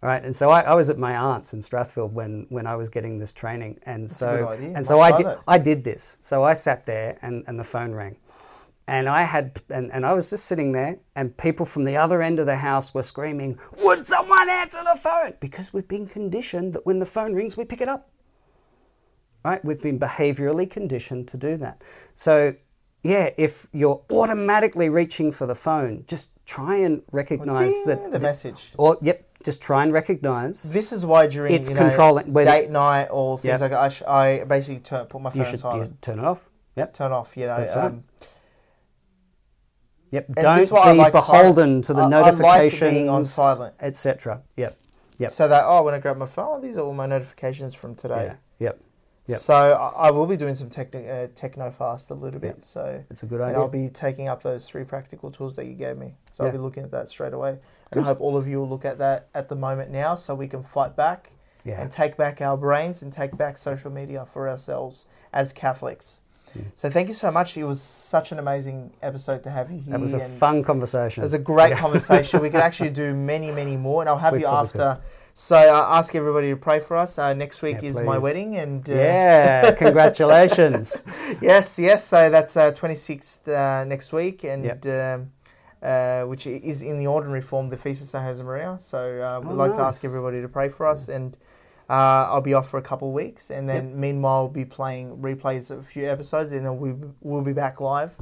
All right. And so I, I was at my aunt's in Strathfield when, when I was getting this training. And so
good idea.
and so
Let's
I
try
did
that.
I did this. So I sat there and, and the phone rang. And I had and, and I was just sitting there and people from the other end of the house were screaming, Would someone answer the phone? Because we've been conditioned that when the phone rings we pick it up right? We've been behaviorally conditioned to do that. So, yeah, if you're automatically reaching for the phone, just try and recognize
Ding,
that.
the message.
Or, yep, just try and recognize.
This is why during
It's
you know,
controlling- when-
date night or
Yep.
things like that, I, sh- I basically turn put my phone
You
on
should
silent,
you turn it off. Yep.
turn off. You know,
That's right.
um,
Yep.
this is
Don't be
why I like
beholden
silent.
to the
I- I like
notifications,
being on silent.
etc. Yep. Yep.
so that oh, when I grab my phone, these are all my notifications from today.
yeah. Yep. Yep.
So I I will be doing some techno, uh, techno fast a little bit. So
That's a good
and
idea.
I'll be taking up those three practical tools that you gave me. So
Yeah.
I'll be looking at that straight away. And I hope all of you will look at that at the moment now, so we can fight back
Yeah.
and take back our brains and take back social media for ourselves as Catholics.
Hmm.
So thank you so much. It was such an amazing episode to have you here.
That was a
and
fun conversation.
It was a great conversation. We could actually do many, many more, and I'll have
We
you
probably
after. So uh, ask everybody to pray for us. Uh, next week
Yeah,
is my
please.
wedding, and uh,
yeah, congratulations.
yes, yes. So that's uh, 26th uh, next week, and
Yep.
um, uh, which i- is in the ordinary form, the Feast of St. Jose Maria. So uh, we'd
Oh,
like to
nice.
ask everybody to pray for us, and uh, I'll be off for a couple of weeks, and then meanwhile we'll be playing replays of a few episodes, and then we we'll be back live,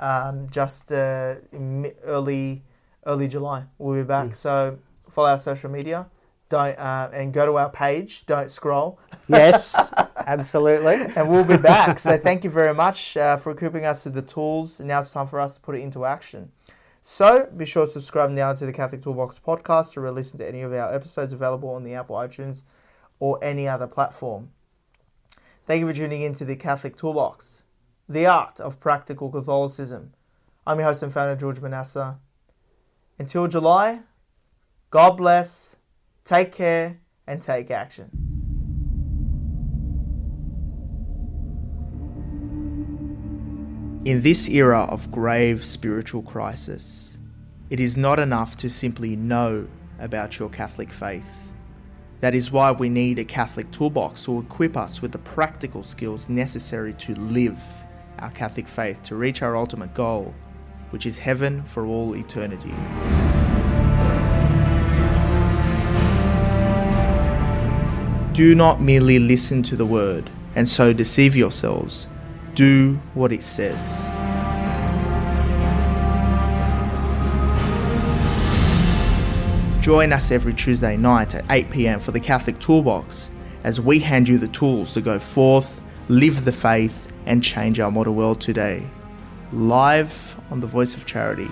um, just uh, in mi- early early July. We'll be
Mm.
back. So follow our social media. Don't uh, and go to our page. Don't scroll
yes, absolutely.
and we'll be back. So thank you very much uh, for equipping us with the tools. Now it's time for us to put it into action. So be sure to subscribe now to the Catholic Toolbox podcast to listen to any of our episodes available on the Apple iTunes or any other platform. Thank you for tuning in to the Catholic Toolbox, the art of practical Catholicism. I'm your host and founder, George Manassa. Until July, God bless, take care, and take action. In this era of grave spiritual crisis, it is not enough to simply know about your Catholic faith. That is why we need a Catholic toolbox to equip us with the practical skills necessary to live our Catholic faith to reach our ultimate goal, which is heaven for all eternity. Do not merely listen to the word and so deceive yourselves. Do what it says. Join us every Tuesday night at 8 pm for the Catholic Toolbox as we hand you the tools to go forth, live the faith, and change our modern world today. Live on the Voice of Charity.